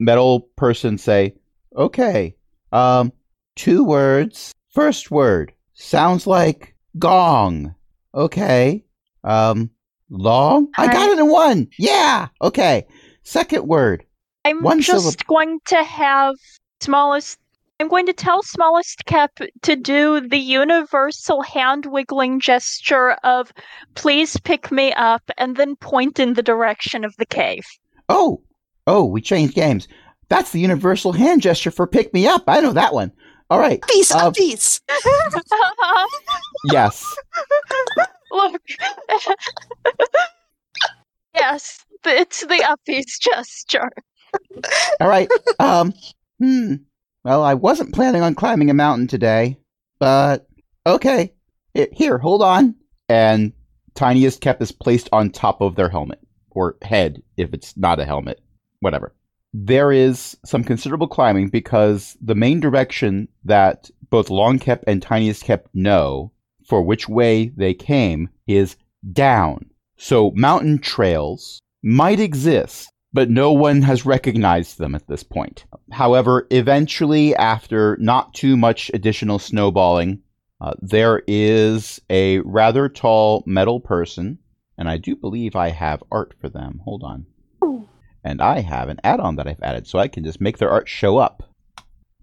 metal person say, okay, um, two words. First word sounds like gong. Okay. Um, long? I got it in one. Yeah. Okay. Second word. I'm One just syllable. going to have smallest. I'm going to tell smallest cap to do the universal hand wiggling gesture of "please pick me up" and then point in the direction of the cave. Oh, oh, we changed games. That's the universal hand gesture for pick me up. I know that one. All right. Uppies, Uh, uppies. Yes. Look, yes, it's the uppies gesture. All right. Um. Hmm. Well, I wasn't planning on climbing a mountain today, but okay. Here- Here, hold on. And tiniest cap is placed on top of their helmet or head, if it's not a helmet. Whatever. There is some considerable climbing because the main direction that both long cap and tiniest cap know for which way they came is down. So mountain trails might exist but no one has recognized them at this point. However, eventually, after not too much additional snowballing, uh, there is a rather tall metal person, and I do believe I have art for them. Hold on. And I have an add on that I've added, so I can just make their art show up.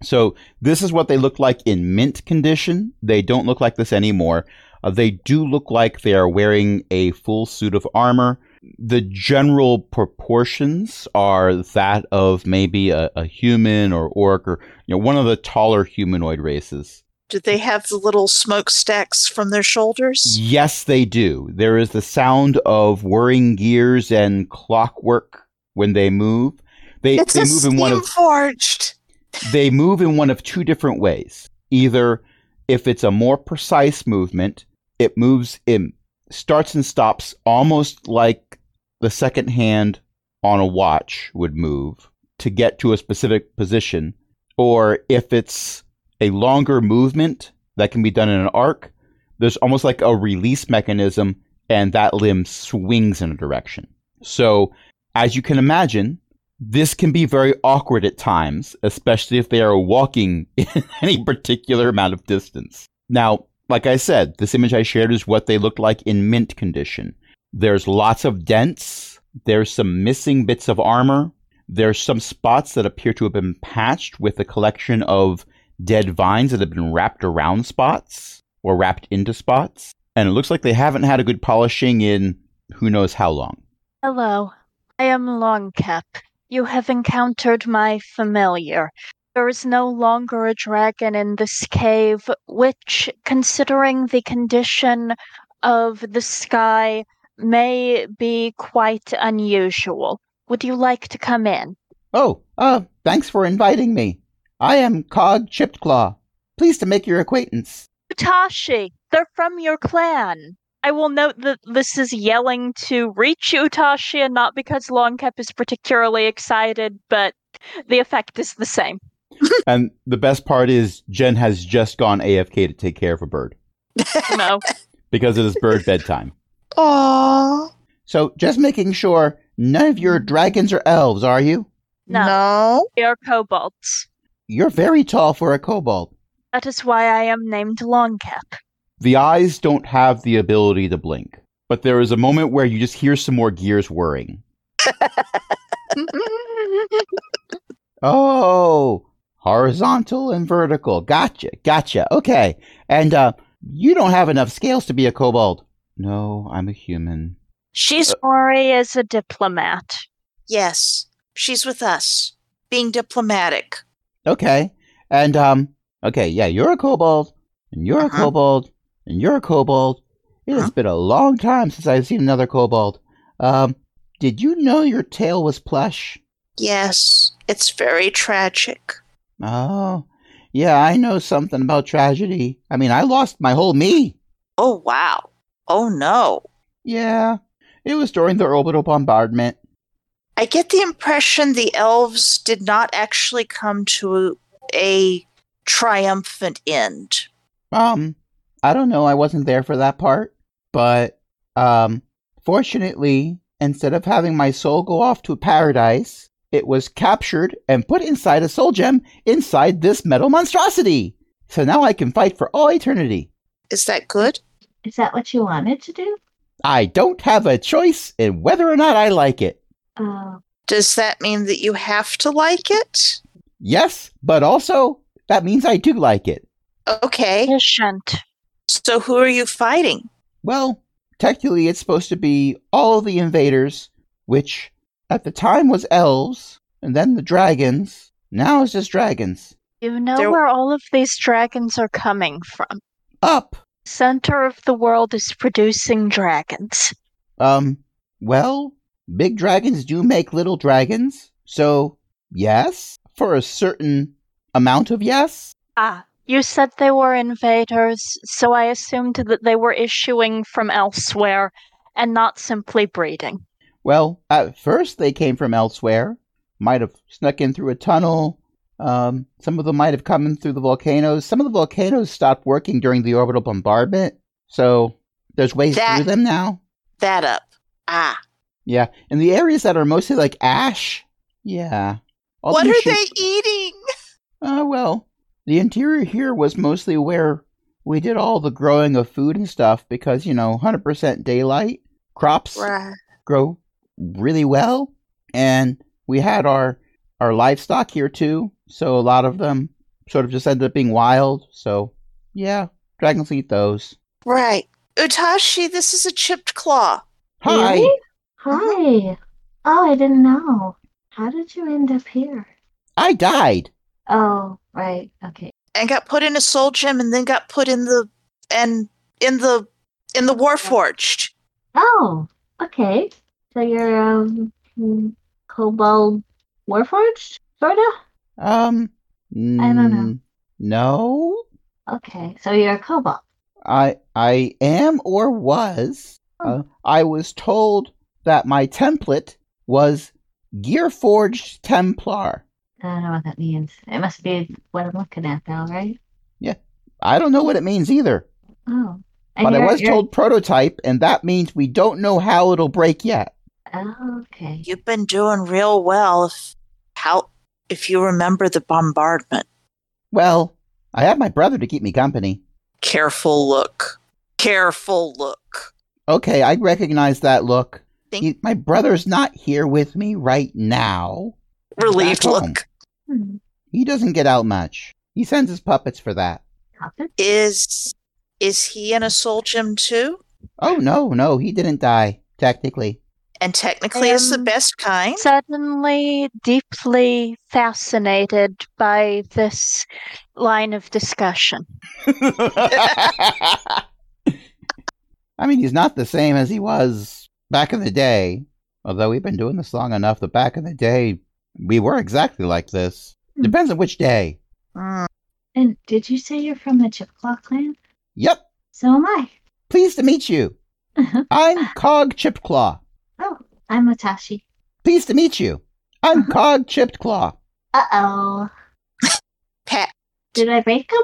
So, this is what they look like in mint condition. They don't look like this anymore. Uh, they do look like they are wearing a full suit of armor the general proportions are that of maybe a, a human or orc or you know one of the taller humanoid races. Do they have the little smokestacks from their shoulders? Yes, they do. There is the sound of whirring gears and clockwork when they move. They It's they a move in one of forged. they move in one of two different ways. Either if it's a more precise movement, it moves in starts and stops almost like the second hand on a watch would move to get to a specific position, or if it's a longer movement that can be done in an arc, there's almost like a release mechanism and that limb swings in a direction. So, as you can imagine, this can be very awkward at times, especially if they are walking in any particular amount of distance. Now, like I said, this image I shared is what they look like in mint condition. There's lots of dents, there's some missing bits of armor, there's some spots that appear to have been patched with a collection of dead vines that have been wrapped around spots or wrapped into spots. And it looks like they haven't had a good polishing in who knows how long. Hello, I am Long Cap. You have encountered my familiar. There is no longer a dragon in this cave, which, considering the condition of the sky, may be quite unusual. Would you like to come in? Oh, uh, thanks for inviting me. I am Cog Chipclaw. Pleased to make your acquaintance. Utashi, they're from your clan. I will note that this is yelling to reach Utashi and not because Longcap is particularly excited, but the effect is the same. And the best part is Jen has just gone AFK to take care of a bird No. because it is bird bedtime. Aww. So just making sure none of your dragons or elves, are you? No. no. They are kobolds. You're very tall for a kobold. That is why I am named Longcap. The eyes don't have the ability to blink, but there is a moment where you just hear some more gears whirring. Oh, horizontal and vertical. Gotcha, gotcha. Okay, and uh, you don't have enough scales to be a kobold. No, I'm a human. She's Mori is Mm. a diplomat. yes. She's with us, being diplomatic. Okay, and um, okay, yeah, you're a kobold, and you're Uh-huh. a kobold, and you're a kobold, It has been a long time since I've seen another kobold. Um, did you know your tail was plush? Yes, it's very tragic. Oh, yeah, I know something about tragedy. I mean, I lost my whole me. Oh, wow. Oh, no. Yeah, it was during the orbital bombardment. I get the impression the elves did not actually come to a triumphant end. Um, I don't know. I wasn't there for that part, but um, fortunately, instead of having my soul go off to paradise, it was captured and put inside a soul gem inside this metal monstrosity. So now I can fight for all eternity. Is that good? Is that what you wanted to do? I don't have a choice in whether or not I like it. Oh, Does that mean that you have to like it? Yes, but also that means I do like it. Okay. Patient. So who are you fighting? Well, technically, it's supposed to be all the invaders, which at the time was elves, and then the dragons. Now it's just dragons. You know There- where all of these dragons are coming from. Up. Center of the world is producing dragons. Um, well, big dragons do make little dragons, so yes, for a certain amount of yes. Ah, you said they were invaders, so I assumed that they were issuing from elsewhere and not simply breeding. Well, at first they came from elsewhere. Might have snuck in through a tunnel. Um, some of them might have come in through the volcanoes. Some of the volcanoes stopped working during the orbital bombardment, so there's ways That- through them now. That up. Ah. Yeah, and the areas that are mostly like ash. Yeah. All what these are shapes- they eating? Uh, well, the interior here was mostly where we did all the growing of food and stuff because, you know, 100% daylight, crops Right. grow really well. And we had our, our livestock here too. So a lot of them sort of just ended up being wild. So, yeah, dragons eat those. Right. Utashi, this is a chipped claw. Hi! Really? hi. Oh, I didn't know. How did you end up here? I died! Oh, right. Okay. And got put in a soul gem and then got put in the and in the in the warforged. Oh, okay. So you're um mm, kobold warforged, sorta. Um, I don't know. mm, No? Okay, so you're a kobold. I I am or was. Oh. Uh, I was told that my template was Gearforged Templar. I don't know what that means. It must be what I'm looking at, though, right? I don't know what it means either, Oh, and but I you're- was you're- told prototype, and that means we don't know how it'll break yet. Oh, okay. You've been doing real well if how if you remember the bombardment. Well, I have my brother to keep me company. Careful look. Careful look. Okay, I recognize that look. Thank- He- my brother's not here with me right now. Relieved Back home. look. Hmm. He doesn't get out much. He sends his puppets for that. Puppet? Is is he in a soul gem too? Oh no, no, he didn't die technically. And technically it's the Um, best kind. Suddenly, deeply fascinated by this line of discussion. I mean, he's not the same as he was back in the day. Although we've been doing this long enough that back in the day, we were exactly like this. Hmm. Depends on which day. Mm. And did you say you're from the Chipclaw clan? Yep. So am I. Uh-huh. Pleased to meet you. I'm Cog Chipclaw. oh, I'm Matashi. Uh-huh. Pleased to meet you. I'm Cog Chipclaw. Uh oh. Pat Did I break him?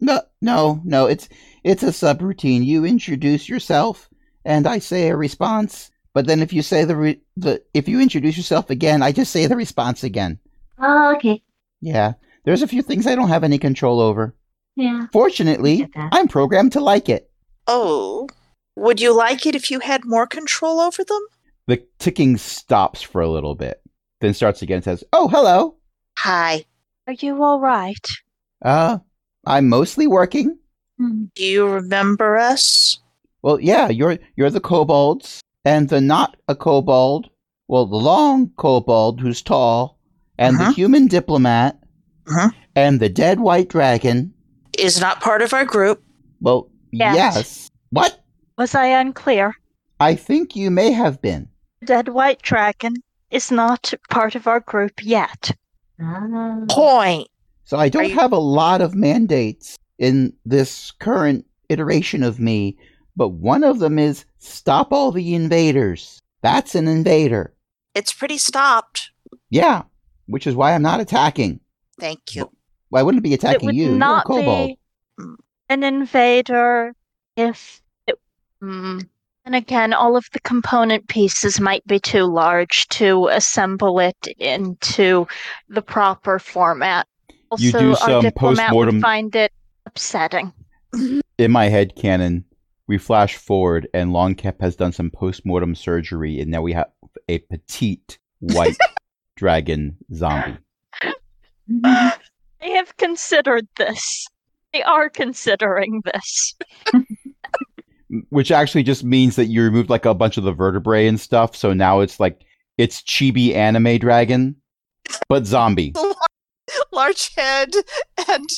No, no, no. It's it's a subroutine. You introduce yourself, and I say a response. But then if you say the re- the if you introduce yourself again, I just say the response again. Oh, okay. Yeah, there's a few things I don't have any control over. Yeah. Fortunately, Get that. I'm programmed to like it. Oh. Would you like it if you had more control over them? The ticking stops for a little bit, then starts again and says, "Oh, hello. Hi. Are you all right? Uh, I'm mostly working. Hmm. Do you remember us? Well, yeah, you're you're the kobolds and the not a kobold. Well, the long kobold who's tall, and Uh-huh. the human diplomat, Uh-huh. and the dead white dragon. Is not part of our group. Well, Yes. yes. What? Was I unclear? I think you may have been. Dead White Dragon is not part of our group yet. Ah. Point. So I don't you- have a lot of mandates in this current iteration of me, but one of them is stop all the invaders. That's an invader. It's pretty stopped. Yeah, which is why I'm not attacking. Thank you. Why wouldn't be it attacking would you? not You're a kobold. be an invader if it, mm. and again all of the component pieces might be too large to assemble it into the proper format also You do our some diplomat postmortem- would find it upsetting In my head canon, we flash forward and Longcap has done some postmortem surgery and now we have a petite white dragon zombie. they have considered this they are considering this which actually just means that you removed like a bunch of the vertebrae and stuff. So now it's like it's chibi anime dragon, but zombie. Large head and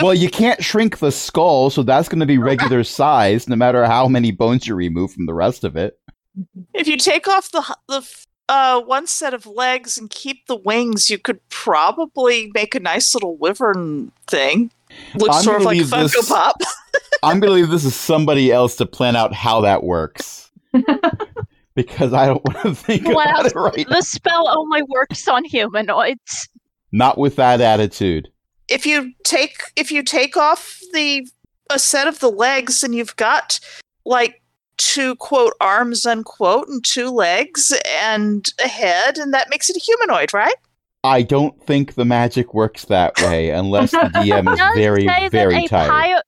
Well, you can't shrink the skull, so that's going to be regular size, no matter how many bones you remove from the rest of it. If you take off the h- the f- uh, one set of legs and keep the wings, you could probably make a nice little wyvern thing. Looks I'm sort of gonna like leave Funko this- Pop. I'm going to leave this to somebody else to plan out how that works, because I don't want to think Wow. about it right. the spell only works on humanoids Not with that attitude. If you take if you take off the a set of the legs and you've got like two quote arms unquote and two legs and a head and that makes it a humanoid, right? I don't think the magic works that way unless the DM is does very, say that very a tired. Pile,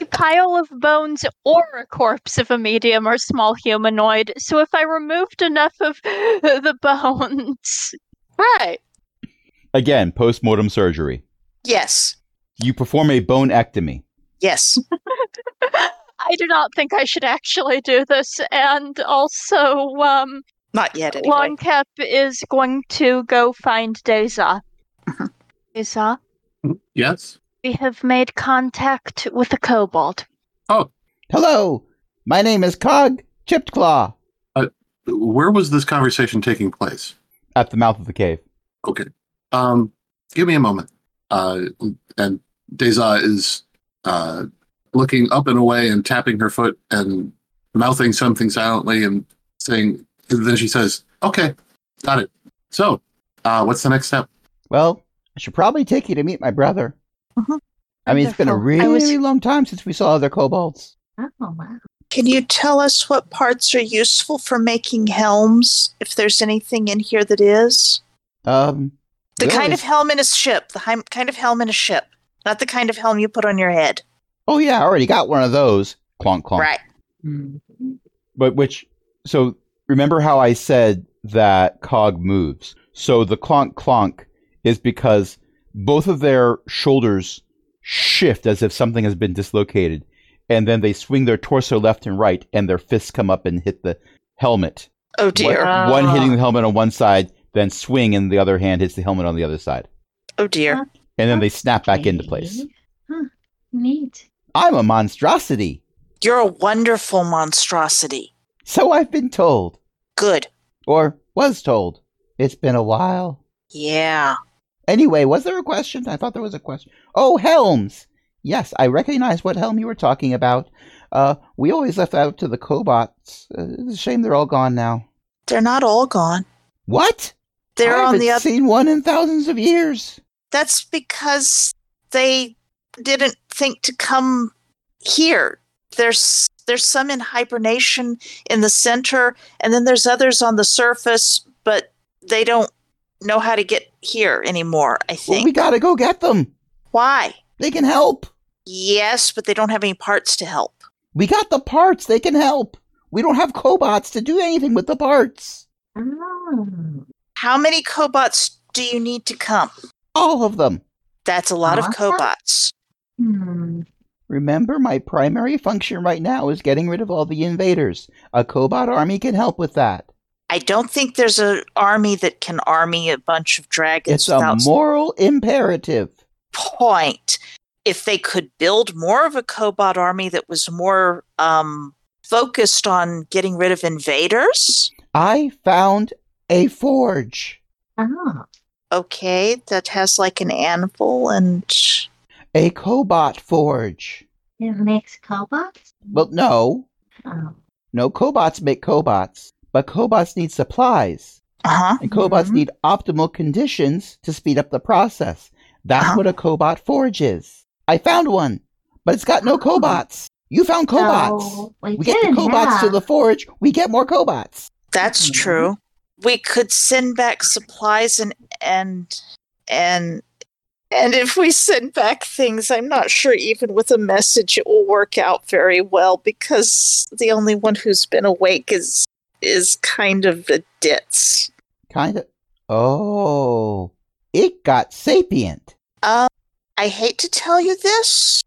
a pile of bones or a corpse of a medium or small humanoid. So if I removed enough of the bones, right. Again, postmortem surgery. Yes. You perform a bone ectomy. Yes. I do not think I should actually do this. And also, um, Not yet anyway. Longcap is going to go find Deza. Mhm. Deza, Yes. we have made contact with a kobold. Hello, my name is Cog Chipped Claw. Uh, Where was this conversation taking place? At the mouth of the cave. Okay. Um, give me a moment. Uh, and Deza is uh, looking up and away and tapping her foot and mouthing something silently and saying, and then she says, okay, got it. So, uh, what's the next step? Well, I should probably take you to meet my brother. I mean, it's been a Mm-hmm. Wonderful. really I was- long time since we saw other kobolds. Oh, wow. Can you tell us what parts are useful for making helms, if there's anything in here that is? Um, The really, kind of it's- helm in a ship. The hi- kind of helm in a ship. Not the kind of helm you put on your head. Oh yeah, I already got one of those. Clonk clonk. Right. But which, so remember how I said that cog moves? So the clonk clonk is because both of their shoulders shift as if something has been dislocated, and then they swing their torso left and right, and their fists come up and hit the helmet. Oh One- dear. Wow. One hitting the helmet on one side, then swing, and the other hand hits the helmet on the other side. Oh dear. And then they snap back into Okay. place. Huh. Neat. I'm a monstrosity. You're a wonderful monstrosity. So I've been told, Good. or was told. It's been a while. Yeah. Anyway, was there a question? I thought there was a question. Oh, Helms! Yes, I recognize what helm you were talking about. Uh, we always left that up to the cobots. Uh, it's a shame they're all gone now. They're not all gone. What? They're I on haven't the other. seen one in thousands of years. That's because they didn't think to come here. There's there's some in hibernation in the center, and then there's others on the surface, but they don't know how to get here anymore. I Well, think. we gotta go get them. Why? They can help. Yes, but they don't have any parts to help. We got the parts. They can help. We don't have cobots to do anything with the parts. Oh. How many cobots do you need to come? All of them. That's a lot of Awesome. cobots. Hmm. Remember, my primary function right now is getting rid of all the invaders. A cobot army can help with that. I don't think there's an army that can army a bunch of dragons It's a without moral imperative. point. If they could build more of a cobot army that was more um, focused on getting rid of invaders. I found a forge. Oh. Okay, that has like an anvil and A cobot forge. It makes cobots? Well, no. Oh. No, cobots make cobots. But cobots need supplies. uh huh. And cobots Mhm. need optimal conditions to speed up the process. That's Uh-huh. what a cobot forge is. I found one, but it's got no cobots. You found cobots. So, Oh, we, we get didn't the cobots have... to the forge, we get more cobots. Mm-hmm. That's Mhm. true. We could send back supplies and and and And if we send back things, I'm not sure even with a message it will work out very well because the only one who's been awake is is kind of a ditz. Kind of. Oh, it got sapient. um I hate to tell you this,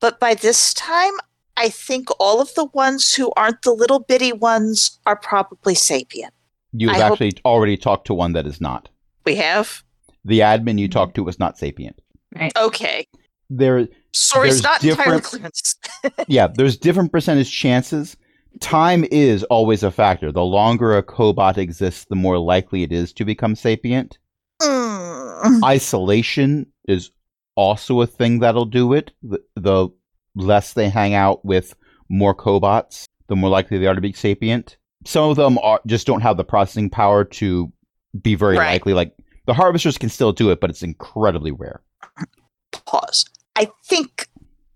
but by this time I think all of the ones who aren't the little bitty ones are probably sapient. You have I hope- actually already talked to one that is not. We have? The admin Hmm. you talked to was not sapient. Right. Okay. There, Sorry, There's it's not entirely different- clear. yeah, there's different percentage chances. Time is always a factor. The longer a cobot exists, the more likely it is to become sapient. Mm. Isolation is also a thing that'll do it. The, the less they hang out with more cobots, the more likely they are to be sapient. Some of them are just don't have the processing power to be very Right. likely. Like the harvesters can still do it, but it's incredibly rare. pause. I think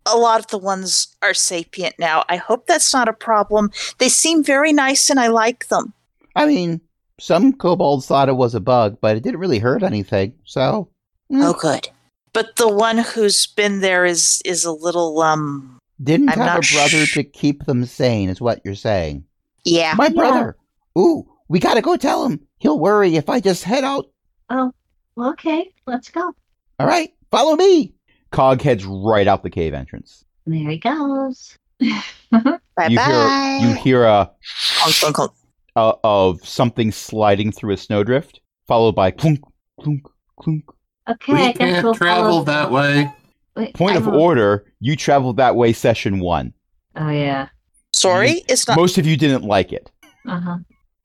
a lot of the ones are sapient now. I hope that's not a problem. They seem very nice and I like them. I mean, some kobolds thought it was a bug, but it didn't really hurt anything. So, mm, Oh good. But the one who's been there is is a little um didn't I'm have not a brother sh- to keep them sane, is what you're saying. yeah. My brother. Ooh, we gotta go tell him. He'll worry if I just head out Well, okay, let's go. All right, follow me. Cog heads right out the cave entrance. There he goes. Bye you bye. hear you hear a, hear- a of something sliding through a snowdrift, followed by clunk, clunk, clunk. Okay, We I guess can't we'll travel follow- that way. Wait, Point I of don't- order: you traveled that way. Session one. Oh yeah. Sorry, it's not Most of you didn't like it. Uh huh.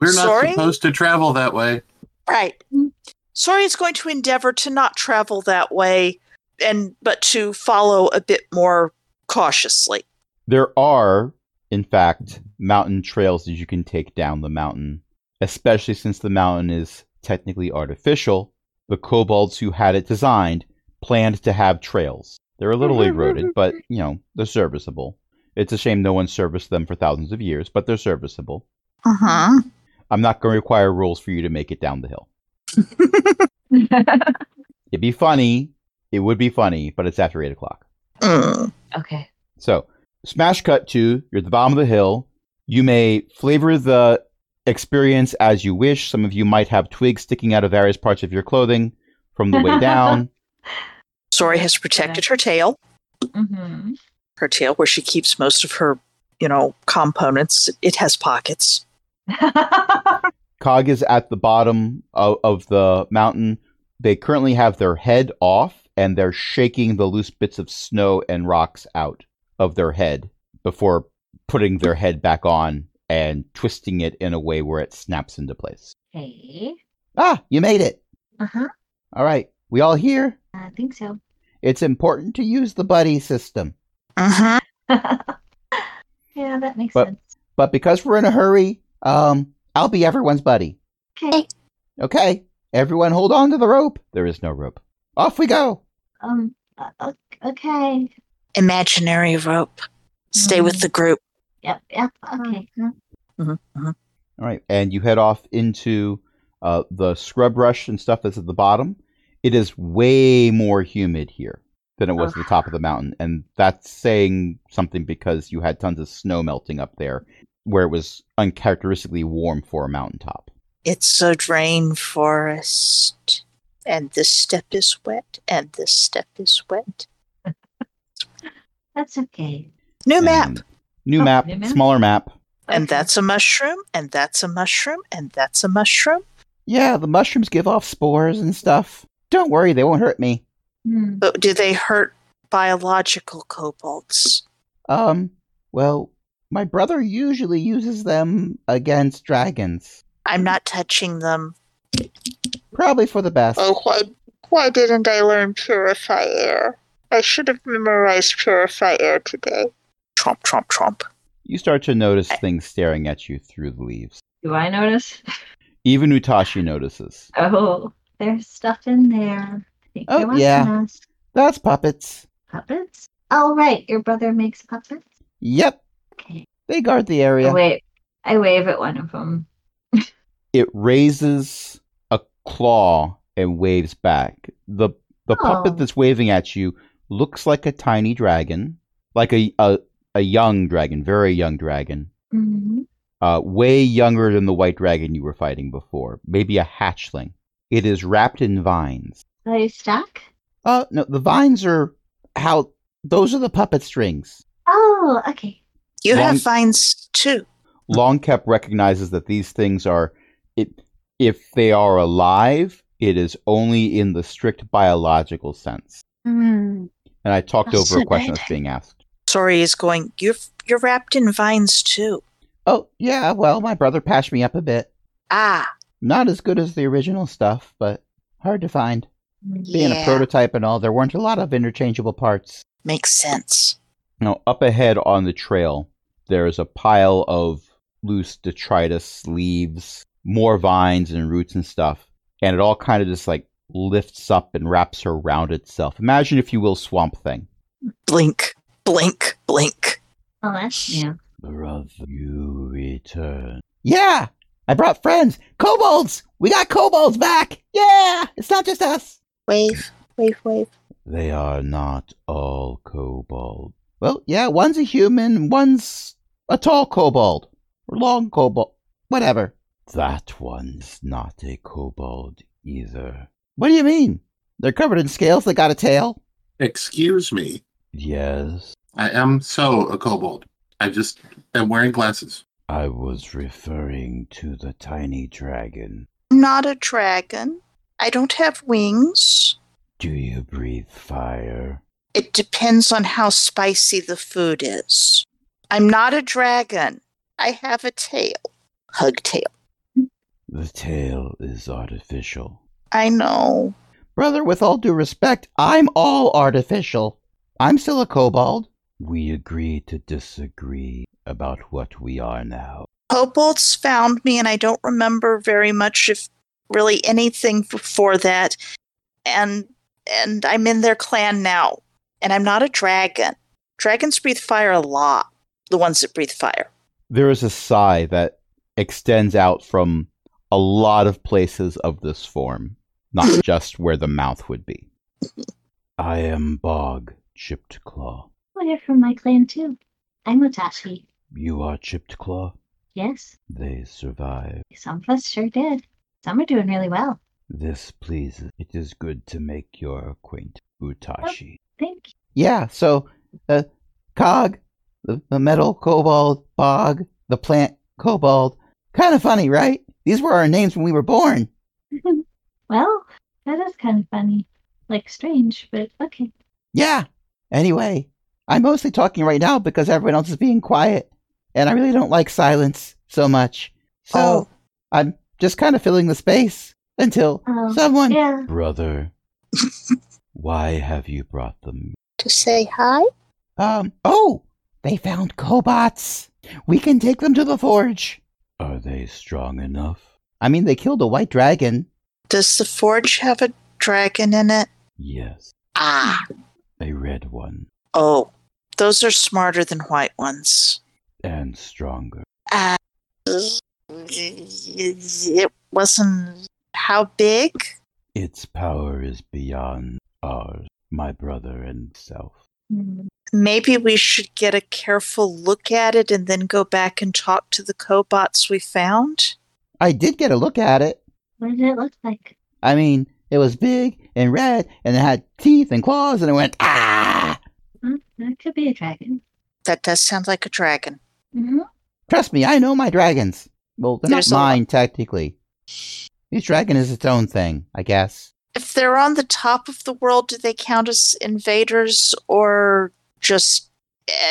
We're not Sorry? supposed to travel that way. right. Mm-hmm. Sorry is going to endeavor to not travel that way and but to follow a bit more cautiously. There are, in fact, mountain trails that you can take down the mountain, especially since the mountain is technically artificial. The kobolds who had it designed planned to have trails. They're a little eroded, but, you know, they're serviceable. It's a shame no one serviced them for thousands of years, but they're serviceable. Uh-huh. I'm not going to require rules for you to make it down the hill. It'd be funny. It would be funny, but it's after 8 o'clock. Mm. okay. So, smash cut to you're at the bottom of the hill. You may flavor the experience as you wish. Some of you might have twigs sticking out of various parts of your clothing from the way down. Sorry has protected her tail. Mm-hmm. her tail where she keeps most of her you know components it has pockets Cog is at the bottom of, of the mountain. They currently have their head off and they're shaking the loose bits of snow and rocks out of their head before putting their head back on and twisting it in a way where it snaps into place. okay. Ah, you made it. Uh huh. All right. We all here? I think so. It's important to use the buddy system. mm-hmm. yeah, that makes But- sense. But because we're in a hurry, um, I'll be everyone's buddy. Okay. Okay. Everyone hold on to the rope. There is no rope. Off we go. Um. uh, o- Okay. Mm. imaginary rope stay Mm-hmm. with the group Yep. Yep. Okay. All right. And you head off into uh, the scrub brush and stuff that's at the bottom. It is way more humid here than it was at the top of the mountain. And that's saying something because you had tons of snow melting up there where it was uncharacteristically warm for a mountaintop. it's a rain forest and this step is wet and this step is wet That's okay. new map And- New Oh, map, new map. smaller map. and Okay. that's a mushroom and that's a mushroom and that's a mushroom Yeah, the mushrooms give off spores and stuff. Don't worry, they won't hurt me. Hmm. but do they hurt biological kobolds Um, well, My brother usually uses them against dragons. I'm not touching them. Probably for the best. Oh, why, why didn't I learn Purify Air? I should have memorized Purify Air today. Tromp, tromp, tromp. You start to notice things staring at you through the leaves. Do I notice? Even Utashi notices. Oh, there's stuff in there. I think Oh, there was yeah. mess. That's puppets. Puppets? Oh, right. Your brother makes puppets? Yep. Okay. They guard the I area. wait. I wave at one of them. it raises a claw and waves back. The the Oh. puppet that's waving at you looks like a tiny dragon, like a a, a young dragon, very young dragon, Mm-hmm. Mhm. uh, way younger than the white dragon you were fighting before. Maybe a hatchling. It is wrapped in vines. Are they stuck? Uh, no, the vines are how those are the puppet strings. Oh, okay. You Long- have vines too. Longcap recognizes that these things are it if they are alive, it is only in the strict biological sense. Hmm. And I talked over a question that's being asked. Sorry is going, you're, you're wrapped in vines too. Oh, yeah, well, my brother patched me up a bit. Ah, Not as good as the original stuff, but hard to find. Being Yeah. a prototype and all, there weren't a lot of interchangeable parts. makes sense. Now, up ahead on the trail, there's a pile of loose detritus, leaves, more vines and roots and stuff. And it all kind of just like lifts up and wraps around itself. Imagine, if you will, Swamp Thing. Blink, blink, blink. Well, that's new. Brother, you return. Yeah! I brought friends! Kobolds! We got kobolds back! Yeah! It's not just us! Wave, wave, wave. They are not all kobolds. Well, yeah, one's a human, one's a tall kobold, or long kobold, whatever. That one's not a kobold either. What do you mean? They're covered in scales, they got a tail? Excuse me. Yes, I am so a kobold. I just am wearing glasses. I was referring to the tiny dragon. Not a dragon. I don't have wings. Do you breathe fire? It depends on how spicy the food is. I'm not a dragon. I have a tail. Hug tail. The tail is artificial. I know. Brother, with all due respect, I'm all artificial. I'm still a kobold. We agree to disagree about what we are now. Kobolds found me, and I don't remember very much, if really anything before that. And and I'm in their clan now, and I'm not a dragon. Dragons breathe fire a lot. The ones that breathe fire. There is a sigh that extends out from a lot of places of this form, not just where the mouth would be. I am Bog, Chipped Claw. Oh, they're from my clan, too. I'm Utashi. You are Chipped Claw? Yes, They survive. some of us sure did. Some are doing really well. This pleases. It is good to make your acquaintance, Utashi. Thank you. Yeah, so uh, Cog, the, the metal kobold, Bog, the plant kobold. Kind of funny, right? These were our names when we were born. Well, that is kind of funny. Like, strange, but okay. Yeah. Anyway, I'm mostly talking right now because everyone else is being quiet, and I really don't like silence so much. So Oh. I'm just kind of filling the space until Um, someone. Yeah. Brother, why have you brought them To say hi? Um, oh, they found cobots. We can take them to the forge. Are they strong enough? I mean, they killed a white dragon. Does the forge have a dragon in it? Yes, Ah. a red one Oh. Those are smarter than white ones. and stronger. Uh, it wasn't how big? Its power is beyond ours, my brother and self. Mm. Maybe we should get a careful look at it and then go back and talk to the cobots we found. I did get a look at it. What did it look like? I mean, it was big and red, and it had teeth and claws, and it went ah. Huh? Hmm, That could be a dragon. That does sound like a dragon. Mm-hmm. Trust me, I know my dragons. Well, they're There's a not lot. mine technically. Each dragon is its own thing, I guess. If they're on the top of the world, do they count as invaders or just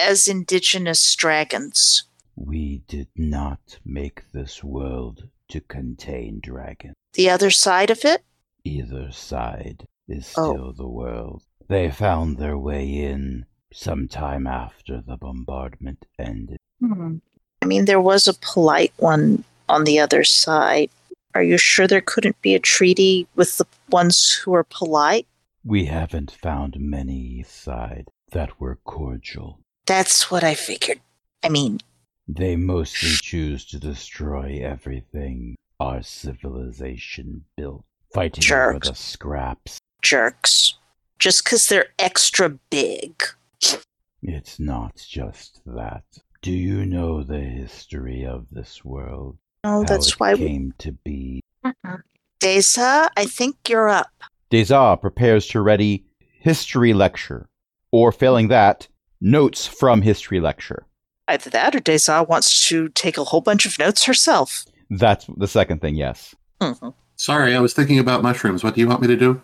as indigenous dragons? We did not make this world to contain dragons. The other side of it? Either side is Oh. still the world. They found their way in sometime after the bombardment ended. Hmm. I mean, there was a polite one on the other side. Are you sure there couldn't be a treaty with the ones who are polite? We haven't found many side that were cordial. That's what I figured. I mean, They mostly choose to destroy everything our civilization built, fighting Jerks. over the scraps. jerks. Just because they're extra big. It's not just that. Do you know the history of this world? No, How Oh, that's it why. We- came to be. Deza, I think you're up. Deza prepares to ready history lecture, or failing that, notes from history lecture. Either that or Deza wants to take a whole bunch of notes herself. That's the second thing, yes. Mm-hmm. Mhm. Sorry, I was thinking about mushrooms. What do you want me to do?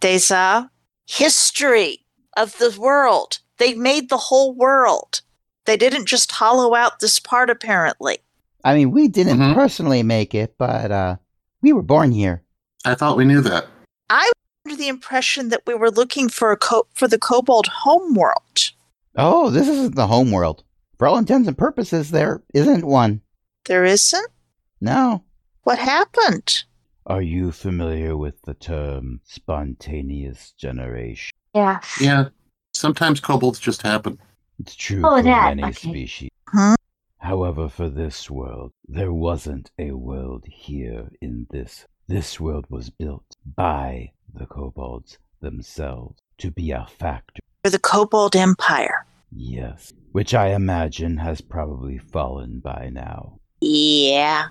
Deza, history of the world. They made the whole world. They didn't just hollow out this part, apparently. I mean, we didn't Mhm. personally make it, but uh, we were born here. I thought we knew that. Under the impression that we were looking for a co- for the kobold homeworld. Oh, this isn't the home world. For all intents and purposes, there isn't one. There isn't. No. What happened? Are you familiar with the term spontaneous generation? Yes. Yeah. Sometimes kobolds just happen. It's true Oh, for that, many okay. species. Huh? However, for this world, there wasn't a world here in this. This world was built by the kobolds themselves to be a factor. For the kobold empire. Yes. Which I imagine has probably fallen by now. Yeah.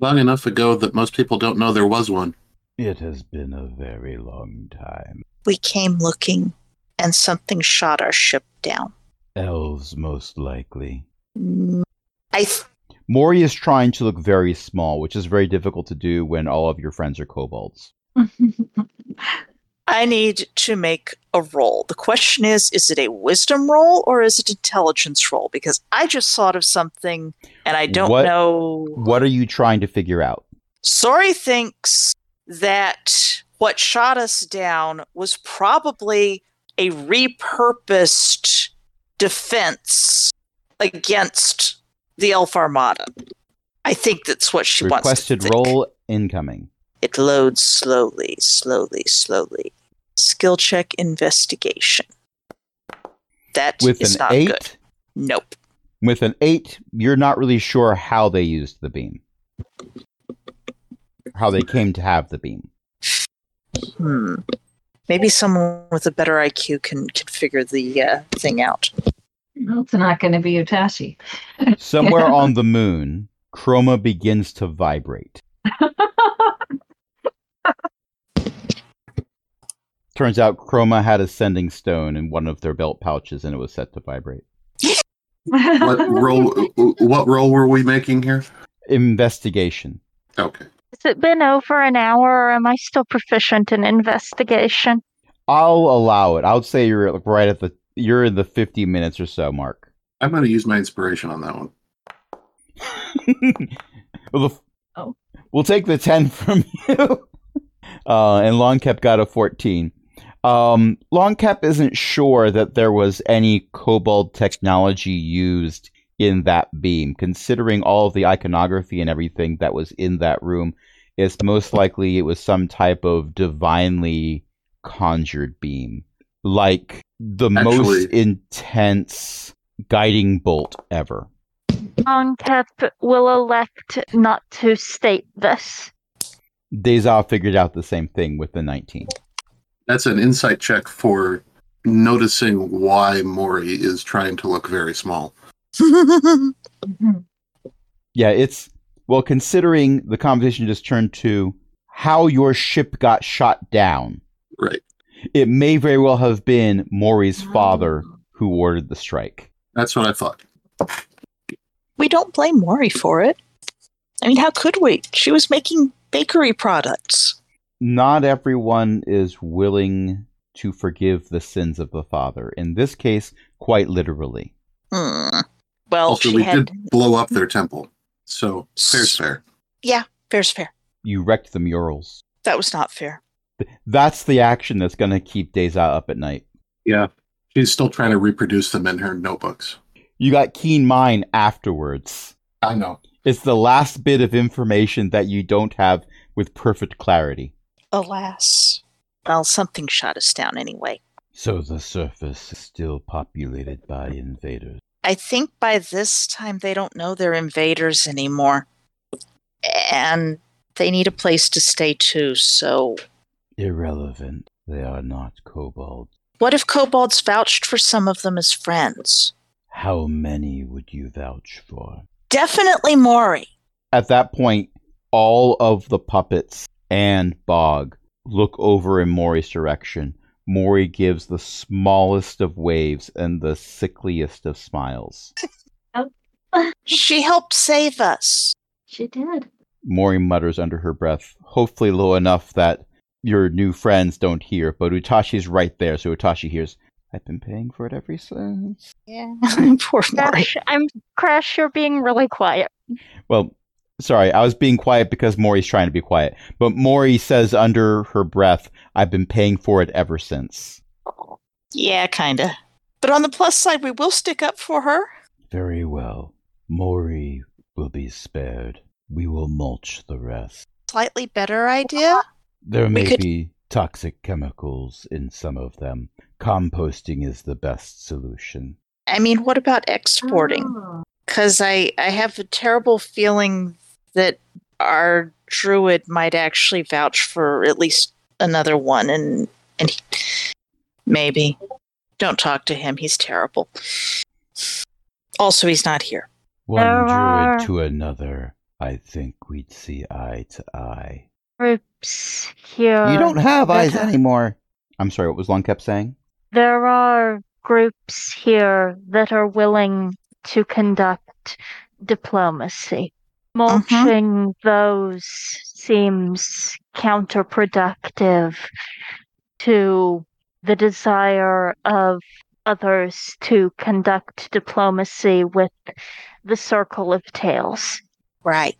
Long enough ago that most people don't know there was one. It has been a very long time. We came looking, and something shot our ship down. Elves, most likely. Mm, I th- Mori is trying to look very small, which is very difficult to do when all of your friends are kobolds. I need to make a roll. The question is is it a wisdom roll or is it intelligence roll? Because I just thought of something and I don't What- know. What are you trying to figure out? Sorry thinks that what shot us down was probably a repurposed defense against the Elf Armada. I think that's what she wants. to Requested think. roll incoming. It loads slowly, slowly, slowly. Skill check investigation. That is With an not eight, good. Nope. with an eight, you're not really sure how they used the beam, how they came to have the beam. Hmm. Maybe someone with a better IQ can, can figure the uh, thing out. Well, it's not going to be Utashi. Somewhere on the moon, chroma begins to vibrate. Turns out Chroma had a sending stone in one of their belt pouches and it was set to vibrate. What role? What role were we making here? Investigation. Okay. Has it been over an hour or am I still proficient in investigation? I'll allow it. I'll say you're like, right at the you're in the 50 minutes or so mark. I'm going to use my inspiration on that one. well, the, Oh. We'll take the 10 from you. Uh, and Long Cap got a 14. Um, Long Cap isn't sure that there was any kobold technology used in that beam. Considering all of the iconography and everything that was in that room, it's most likely it was some type of divinely conjured beam. Like the most Actually- intense guiding bolt ever. Onkep will elect not to state this. Dezal figured out the same thing with the 19. That's an insight check for noticing why Mori is trying to look very small. Yeah, it's well considering the conversation just turned to how your ship got shot down. Right. It may very well have been Oh. Maury's father who ordered the strike. That's what I thought. We don't blame Maury for it. I mean, how could we? She was making bakery products. Not everyone is willing to forgive the sins of the father. In this case, quite literally. Hmm. Well, also, she we had did blow up their temple. So fair's fair. fair's fair. You wrecked the murals. That was not fair. Th- That's the action that's going to keep Deza up at night. Yeah. She's still trying to reproduce them in her notebooks. You got keen mind afterwards. I know. It's the last bit of information that you don't have with perfect clarity. Alas. Well, something shot us down anyway. So the surface is still populated by invaders. I think by this time they don't know they're invaders anymore. And they need a place to stay too, so Irrelevant. They are not kobolds. what if kobolds vouched for some of them as friends? How many would you vouch for? Definitely Maury. At that point, all of the puppets and Bog look over in Mori's direction. Mori gives the smallest of waves and the sickliest of smiles. She helped save us. Oh. She did. Mori mutters under her breath, hopefully low enough that your new friends don't hear, but Utashi's right there, so Utashi hears, I've been paying for it ever since. Yeah. Poor Maury. Crash, I'm Crash. You're being really quiet. Well, sorry, I was being quiet because Mori's trying to be quiet. But Mori says under her breath, I've been paying for it ever since. Yeah, kinda. But on the plus side, we will stick up for her. Very well. Mori will be spared. We will mulch the rest. Slightly better Uh-huh. idea. There may could- be toxic chemicals in some of them. Composting is the best solution. I mean, what about exporting? Oh. Because I, I have a terrible feeling that our druid might actually vouch for at least another one, and and he, maybe don't talk to him. He's terrible. Also, he's not here. One There are- druid to another, I think we'd see eye to eye. Groups Uh, here. you don't have eyes better. anymore. I'm sorry, what was Long kept saying? There are groups here that are willing to conduct diplomacy. Mm-hmm. Mulching those seems counterproductive to the desire of others to conduct diplomacy with the circle of tales. Right.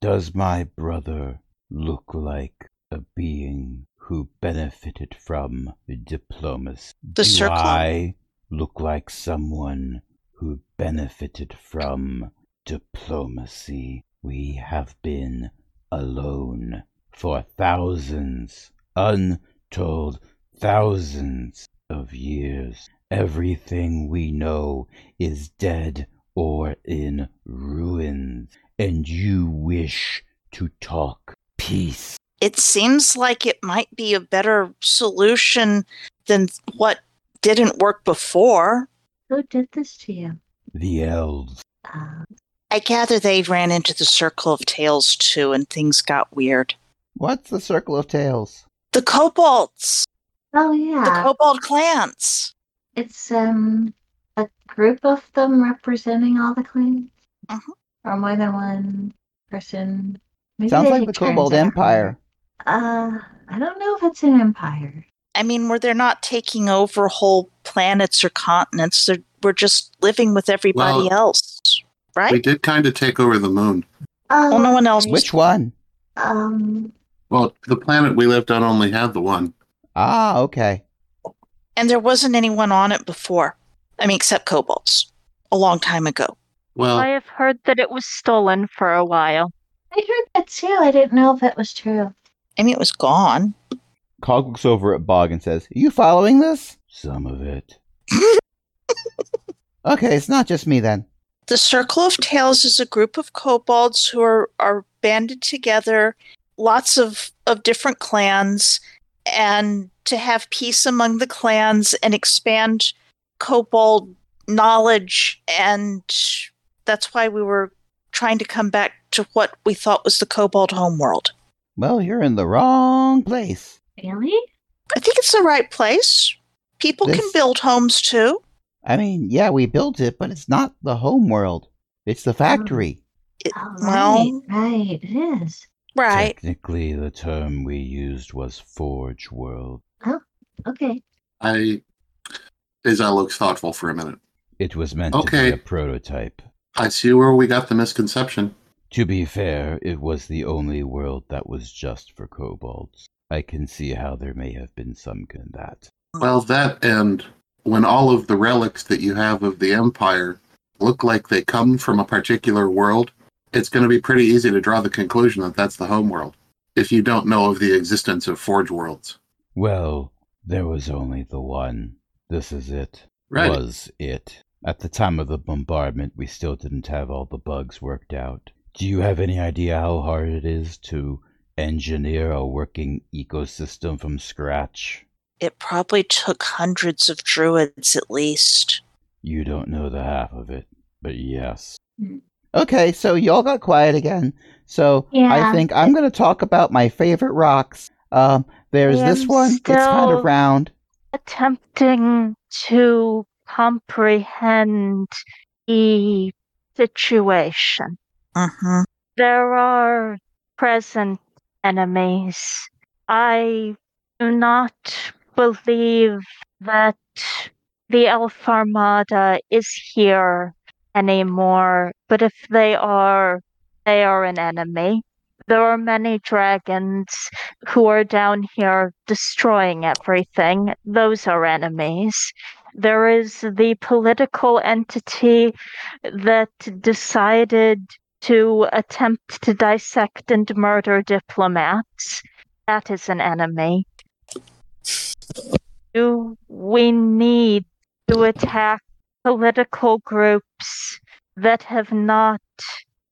Does my brother look like a being who benefited from diplomacy? The Do circle- I look like someone who benefited from diplomacy? We have been alone for thousands, untold thousands of years. Everything we know is dead or in ruins and you wish to talk peace. It seems like it might be a better solution than what didn't work before. Who did this to you? The elves. Uh, I gather they ran into the circle of tales too, and things got weird. What's the circle of tales? The kobolds, oh the yeah, kobold clans. it's um a group of them representing all the clans, Mm-hmm. Mhm. or more than one person. Maybe Sounds they like take the turns Kobold at it. Empire. Uh, I don't know if it's an empire. I mean, where they're not taking over whole planets or continents, they're, we're just living with everybody Well- else, right? We did kind of take over the moon. Oh, Um, well, no one else. Which one? Um, Well, the planet we lived on only had the one. Ah, okay. And there wasn't anyone on it before. I mean, except kobolds, a long time ago. I Well, have heard that it was stolen for a while. I heard that too. I didn't know if it was true. I mean, it was gone. Cog looks over at Bog and says, Are you following this? Some of it. okay, it's not just me then. The Circle of Tales is a group of kobolds who are, are banded together, lots of, of different clans, and to have peace among the clans and expand kobold knowledge. And that's why we were trying to come back to what we thought was the kobold homeworld. Well, you're in the wrong place. Really? I think it's the right place. People can This- build homes too. I mean, yeah, we built it, but it's not the home world. It's the factory. Oh, Well- right, right. It is. Right. Technically, the term we used was Forge World. Okay. I. Deza looks thoughtful for a minute. It was meant Okay. to be a prototype. I see where we got the misconception. To be fair, it was the only world that was just for kobolds. I can see how there may have been some good in that. Well, that and when all of the relics that you have of the Empire look like they come from a particular world, it's going to be pretty easy to draw the conclusion that that's the home world if you don't know of the existence of Forge worlds. Well, there was only the one. This is it. Right. Was it. At the time of the bombardment, we still didn't have all the bugs worked out. Do you have any idea how hard it is to engineer a working ecosystem from scratch? It probably took hundreds of druids at least. You don't know the half of it, but yes. Hmm. Mm. Okay, so y'all got quiet again. So I Yeah. think I'm going to talk about my favorite rocks. Um, there's I this am one. It's kind still- of round. attempting to comprehend the situation. Mm-hmm. There are present enemies. I do not believe that the Elf Armada is here anymore, but if they are, they are an enemy. There are many dragons who are down here destroying everything. Those are enemies. There is the political entity that decided to attempt to dissect and murder diplomats. That is an enemy. Do we need to attack political groups that have not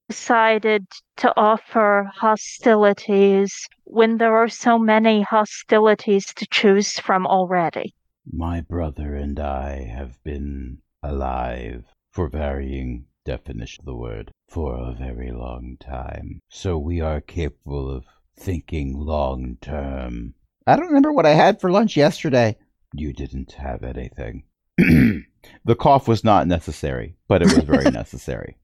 decided to offer hostilities when there are so many hostilities to choose from already? My brother and I have been alive, for varying definition of the word, for a very long time. So we are capable of thinking long term. I don't remember what I had for lunch yesterday. You didn't have anything. the cough was not necessary, but it was very necessary.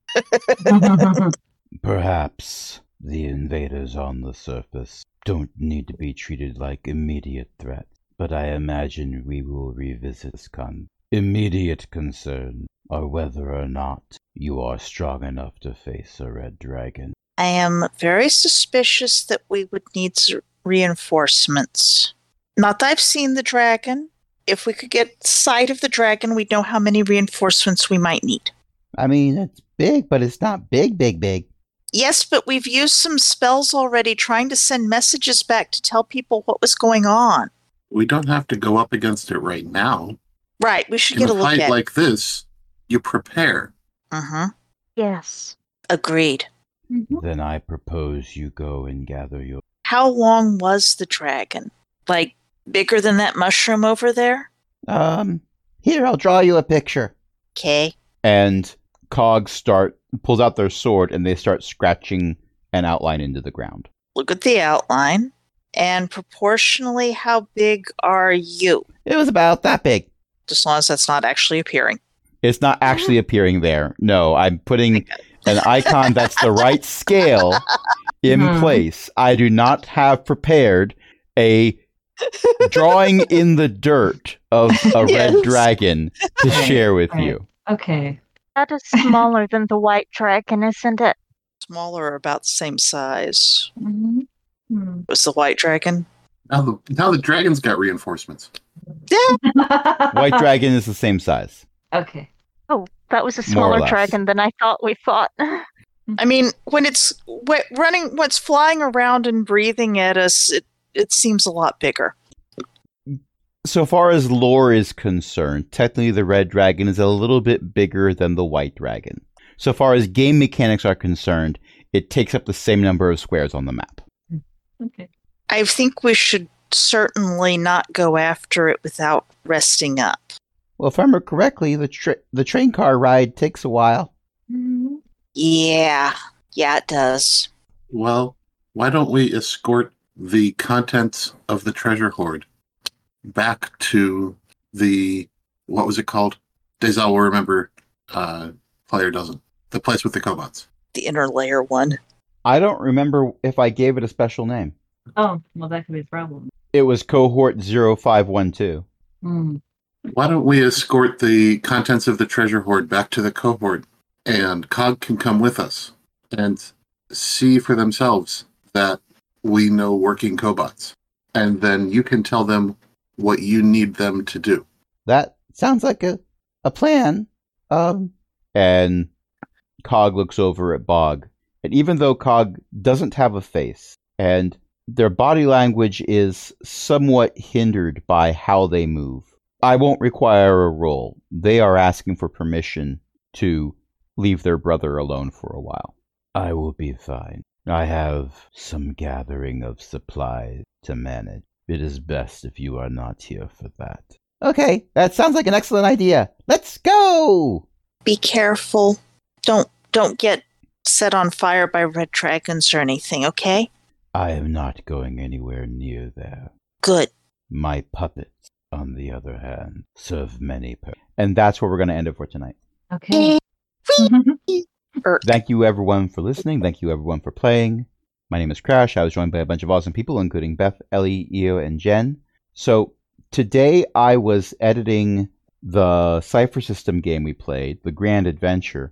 Perhaps the invaders on the surface don't need to be treated like immediate threats, but I imagine we will revisit this con. Immediate concern are whether or not you are strong enough to face a red dragon. I am very suspicious that we would need s- reinforcements. Not that I've seen the dragon. If we could get sight of the dragon, we'd know how many reinforcements we might need. I mean, it's big, but it's not big, big, big. Yes, but we've used some spells already trying to send messages back to tell people what was going on. We don't have to go up against it right now. Right, we should In get a a look fight at like this, you prepare. Mhm. Yes. Agreed. Then I propose you go and gather your. How long was the dragon? Like bigger than that mushroom over there? Um, here, I'll draw you a picture. Okay. and cogs start pulls out their sword and they start scratching an outline into the ground Look at the outline. And proportionally, how big are you? it was about that big As long as that's not actually appearing. it's not actually appearing there no i'm putting an icon that's the right scale in Hmm. place i do not have prepared a drawing in the dirt of a Yes. red dragon to Right, share with right. you okay. That is smaller than the white dragon, isn't it? Smaller, or about the same size. Mm-hmm. Mhm. Hmm. Was the white dragon? Now the now the dragons got reinforcements. Yeah. white dragon is the same size Okay. Oh, that was a More or smaller less. dragon than I thought we fought. I mean, when it's wh- running, when it's flying around and breathing at us, it, it seems a lot bigger. so far as lore is concerned, technically the red dragon is a little bit bigger than the white dragon. So far as game mechanics are concerned, it takes up the same number of squares on the map. Okay. I think we should certainly not go after it without resting up. Well, if I remember correctly, the tra- the train car ride takes a while. Mhm. Yeah. Yeah, it does. Well, why don't we escort the contents of the treasure hoard back to the what was it called? Dezal will remember. Uh, player doesn't. The place with the cobots. The inner layer one. I don't remember if I gave it a special name. Oh, well, that could be a problem. It was cohort 0512. Hmm. Why don't we escort the contents of the treasure hoard back to the cohort, and Cog can come with us and see for themselves that we know working cobots, and then you can tell them what you need them to do. That sounds like a, a plan. Um, and Cog looks over at Bog. And even though Cog doesn't have a face, and their body language is somewhat hindered by how they move, I won't require a roll. They are asking for permission to leave their brother alone for a while. I will be fine. I have some gathering of supplies to manage. It is best if you are not here for that. Okay, that sounds like an excellent idea. Let's go! Be careful. Don't don't get set on fire by red dragons or anything, okay? I am not going anywhere near there. Good. My puppets, on the other hand, serve many purposes. And that's where we're going to end it for tonight. Okay. Er, Thank you, everyone, for listening. Thank you, everyone, for playing. My name is Crash. I was joined by a bunch of awesome people, including Beth, Ellie, Io, and Jen. So today I was editing the Cypher System game we played, The Grand Adventure,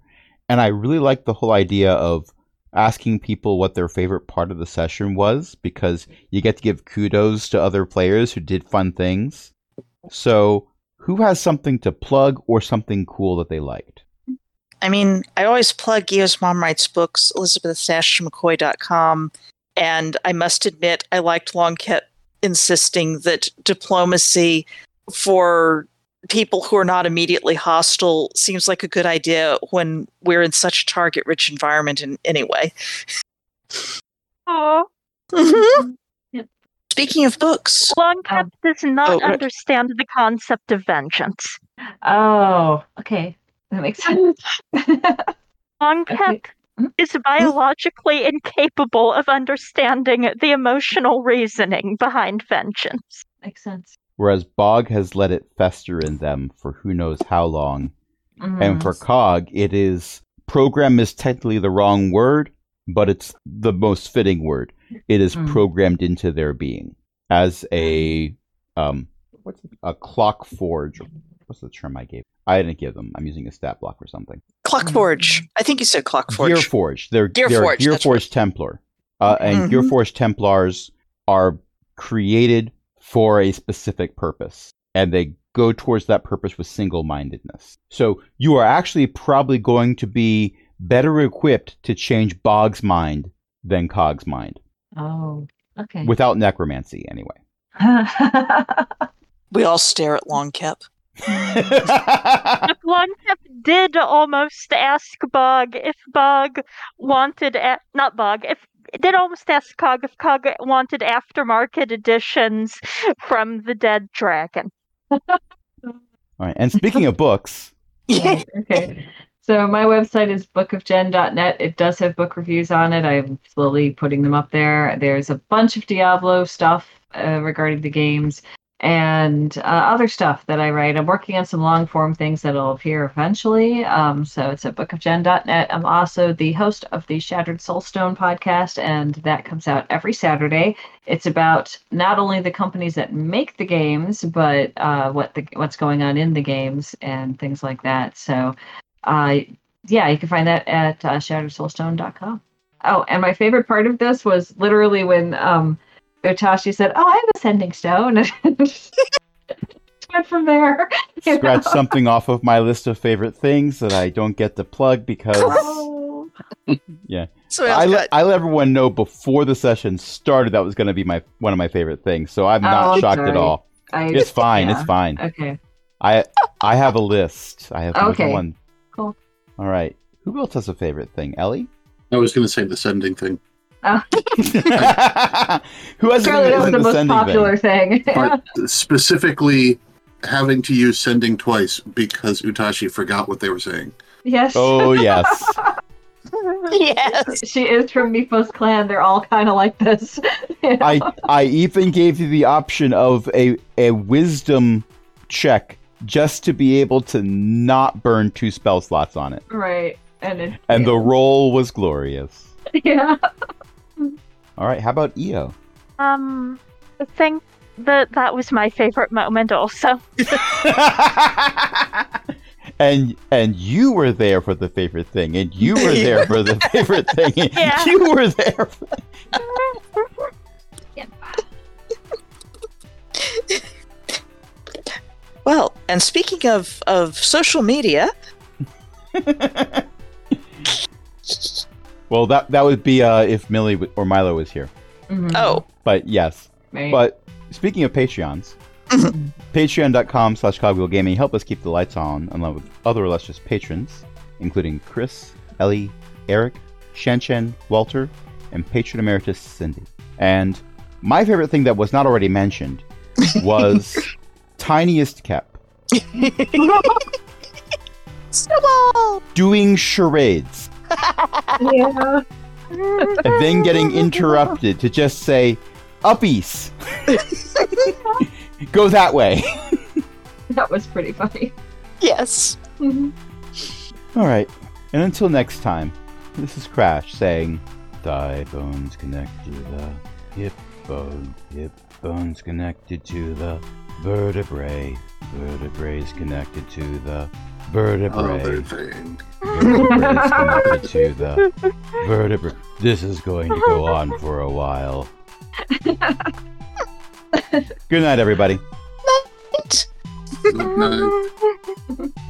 and I really liked the whole idea of asking people what their favorite part of the session was because you get to give kudos to other players who did fun things. So, who has something to plug or something cool that they liked? I mean, I always plug Gia's Mom Writes Books, elizabeth-mccoy.com, and I must admit I liked Long kept insisting that diplomacy for people who are not immediately hostile seems like a good idea when we're in such a target-rich environment in anyway. Aw. Mm-hmm. Speaking of books, Um, Longcap does oh, not right. understand the concept of vengeance. Oh, okay. That makes sense. Mm-hmm. Longcap is biologically incapable of understanding the emotional reasoning behind vengeance. makes sense. Whereas Bog has let it fester in them for who knows how long. Mm-hmm. And for Cog, it is program is technically the wrong word, but it's the most fitting word. It is Mm. programmed into their being as a um what's it- a clock forge. What's the term I gave? I didn't give them. I'm using a stat block or something. Clockforge. I think you said Clockforge. Gear Forge. They're Gear they're Forge, Gear that's Forge Templar. Uh, and Mhm. Gear Forge Templars are created for a specific purpose, and they go towards that purpose with single-mindedness. So you are actually probably going to be better equipped to change Bog's mind than Cog's mind, Oh, okay. without necromancy, anyway. We all stare at Long Cap. Longcap did almost ask Bog if Bog wanted a- not Bog if did almost ask Cog if Cog wanted aftermarket editions from the Dead Dragon. All right. And speaking of books, Yeah, okay. So my website is bookofgen.net. It does have book reviews on it. I'm slowly putting them up there. There's a bunch of Diablo stuff uh, regarding the games and uh, other stuff that I write. I'm working on some long form things that'll appear eventually. Um, so it's at bookofgen.net. I'm also the host of the Shattered Soulstone podcast, and that comes out every Saturday. It's about not only the companies that make the games, but uh, what the what's going on in the games and things like that. So, uh, yeah, you can find that at uh, shattersoulstone.com. Oh, and my favorite part of this was literally when um, Otashi said, "Oh, I have a sending stone," and just went from there. you know? scratch something off of my list of favorite things that I don't get to plug because. Oh. So I I've let, got, I let everyone know before the session started that was going to be my one of my favorite things. So I'm Oh, not I'm shocked at sorry. all. I, It's fine. yeah. It's fine. okay. I I have a list. I have more than Okay. one. Cool. All right. Who else has a favorite thing? Ellie. I was going to say the sending thing. Who has Apparently, that was the most sending popular thing. but specifically having to use sending twice because Utashi forgot what they were saying. yes. Oh yes. yes. She is from Mipo's clan. They're all kind of like this. You know? I I even gave you the option of a a wisdom check just to be able to not burn two spell slots on it, right. And it, and the roll was glorious. yeah. All right. How about Io? Um, I think That that was my favorite moment also. and and you were there for the favorite thing, and you were there for the favorite thing, and Yeah. you were there. For... Well, and speaking of of social media, Well, that that would be uh, if Millie w- or Milo was here. Mm-hmm. oh, But yes. But speaking of Patreons, patreon.com slash cogwheel gaming help us keep the lights on along with other illustrious patrons, including Chris, Ellie, Eric, Shenchen, Walter, and patron emeritus Cindy. And my favorite thing that was not already mentioned was Tiniest Cap Snowball! doing charades yeah. and then getting interrupted to just say, Uppies! Go that way. That was pretty funny. Yes. Mm-hmm. All right. And until next time, this is Crash saying, Thigh bones connected to the hip bone, hip bones connected to the vertebrae, vertebrae connected to the Other vertebrae, thing. vertebrae connected to the vertebrae. This is going to go on for a while. Good night, everybody. Good night.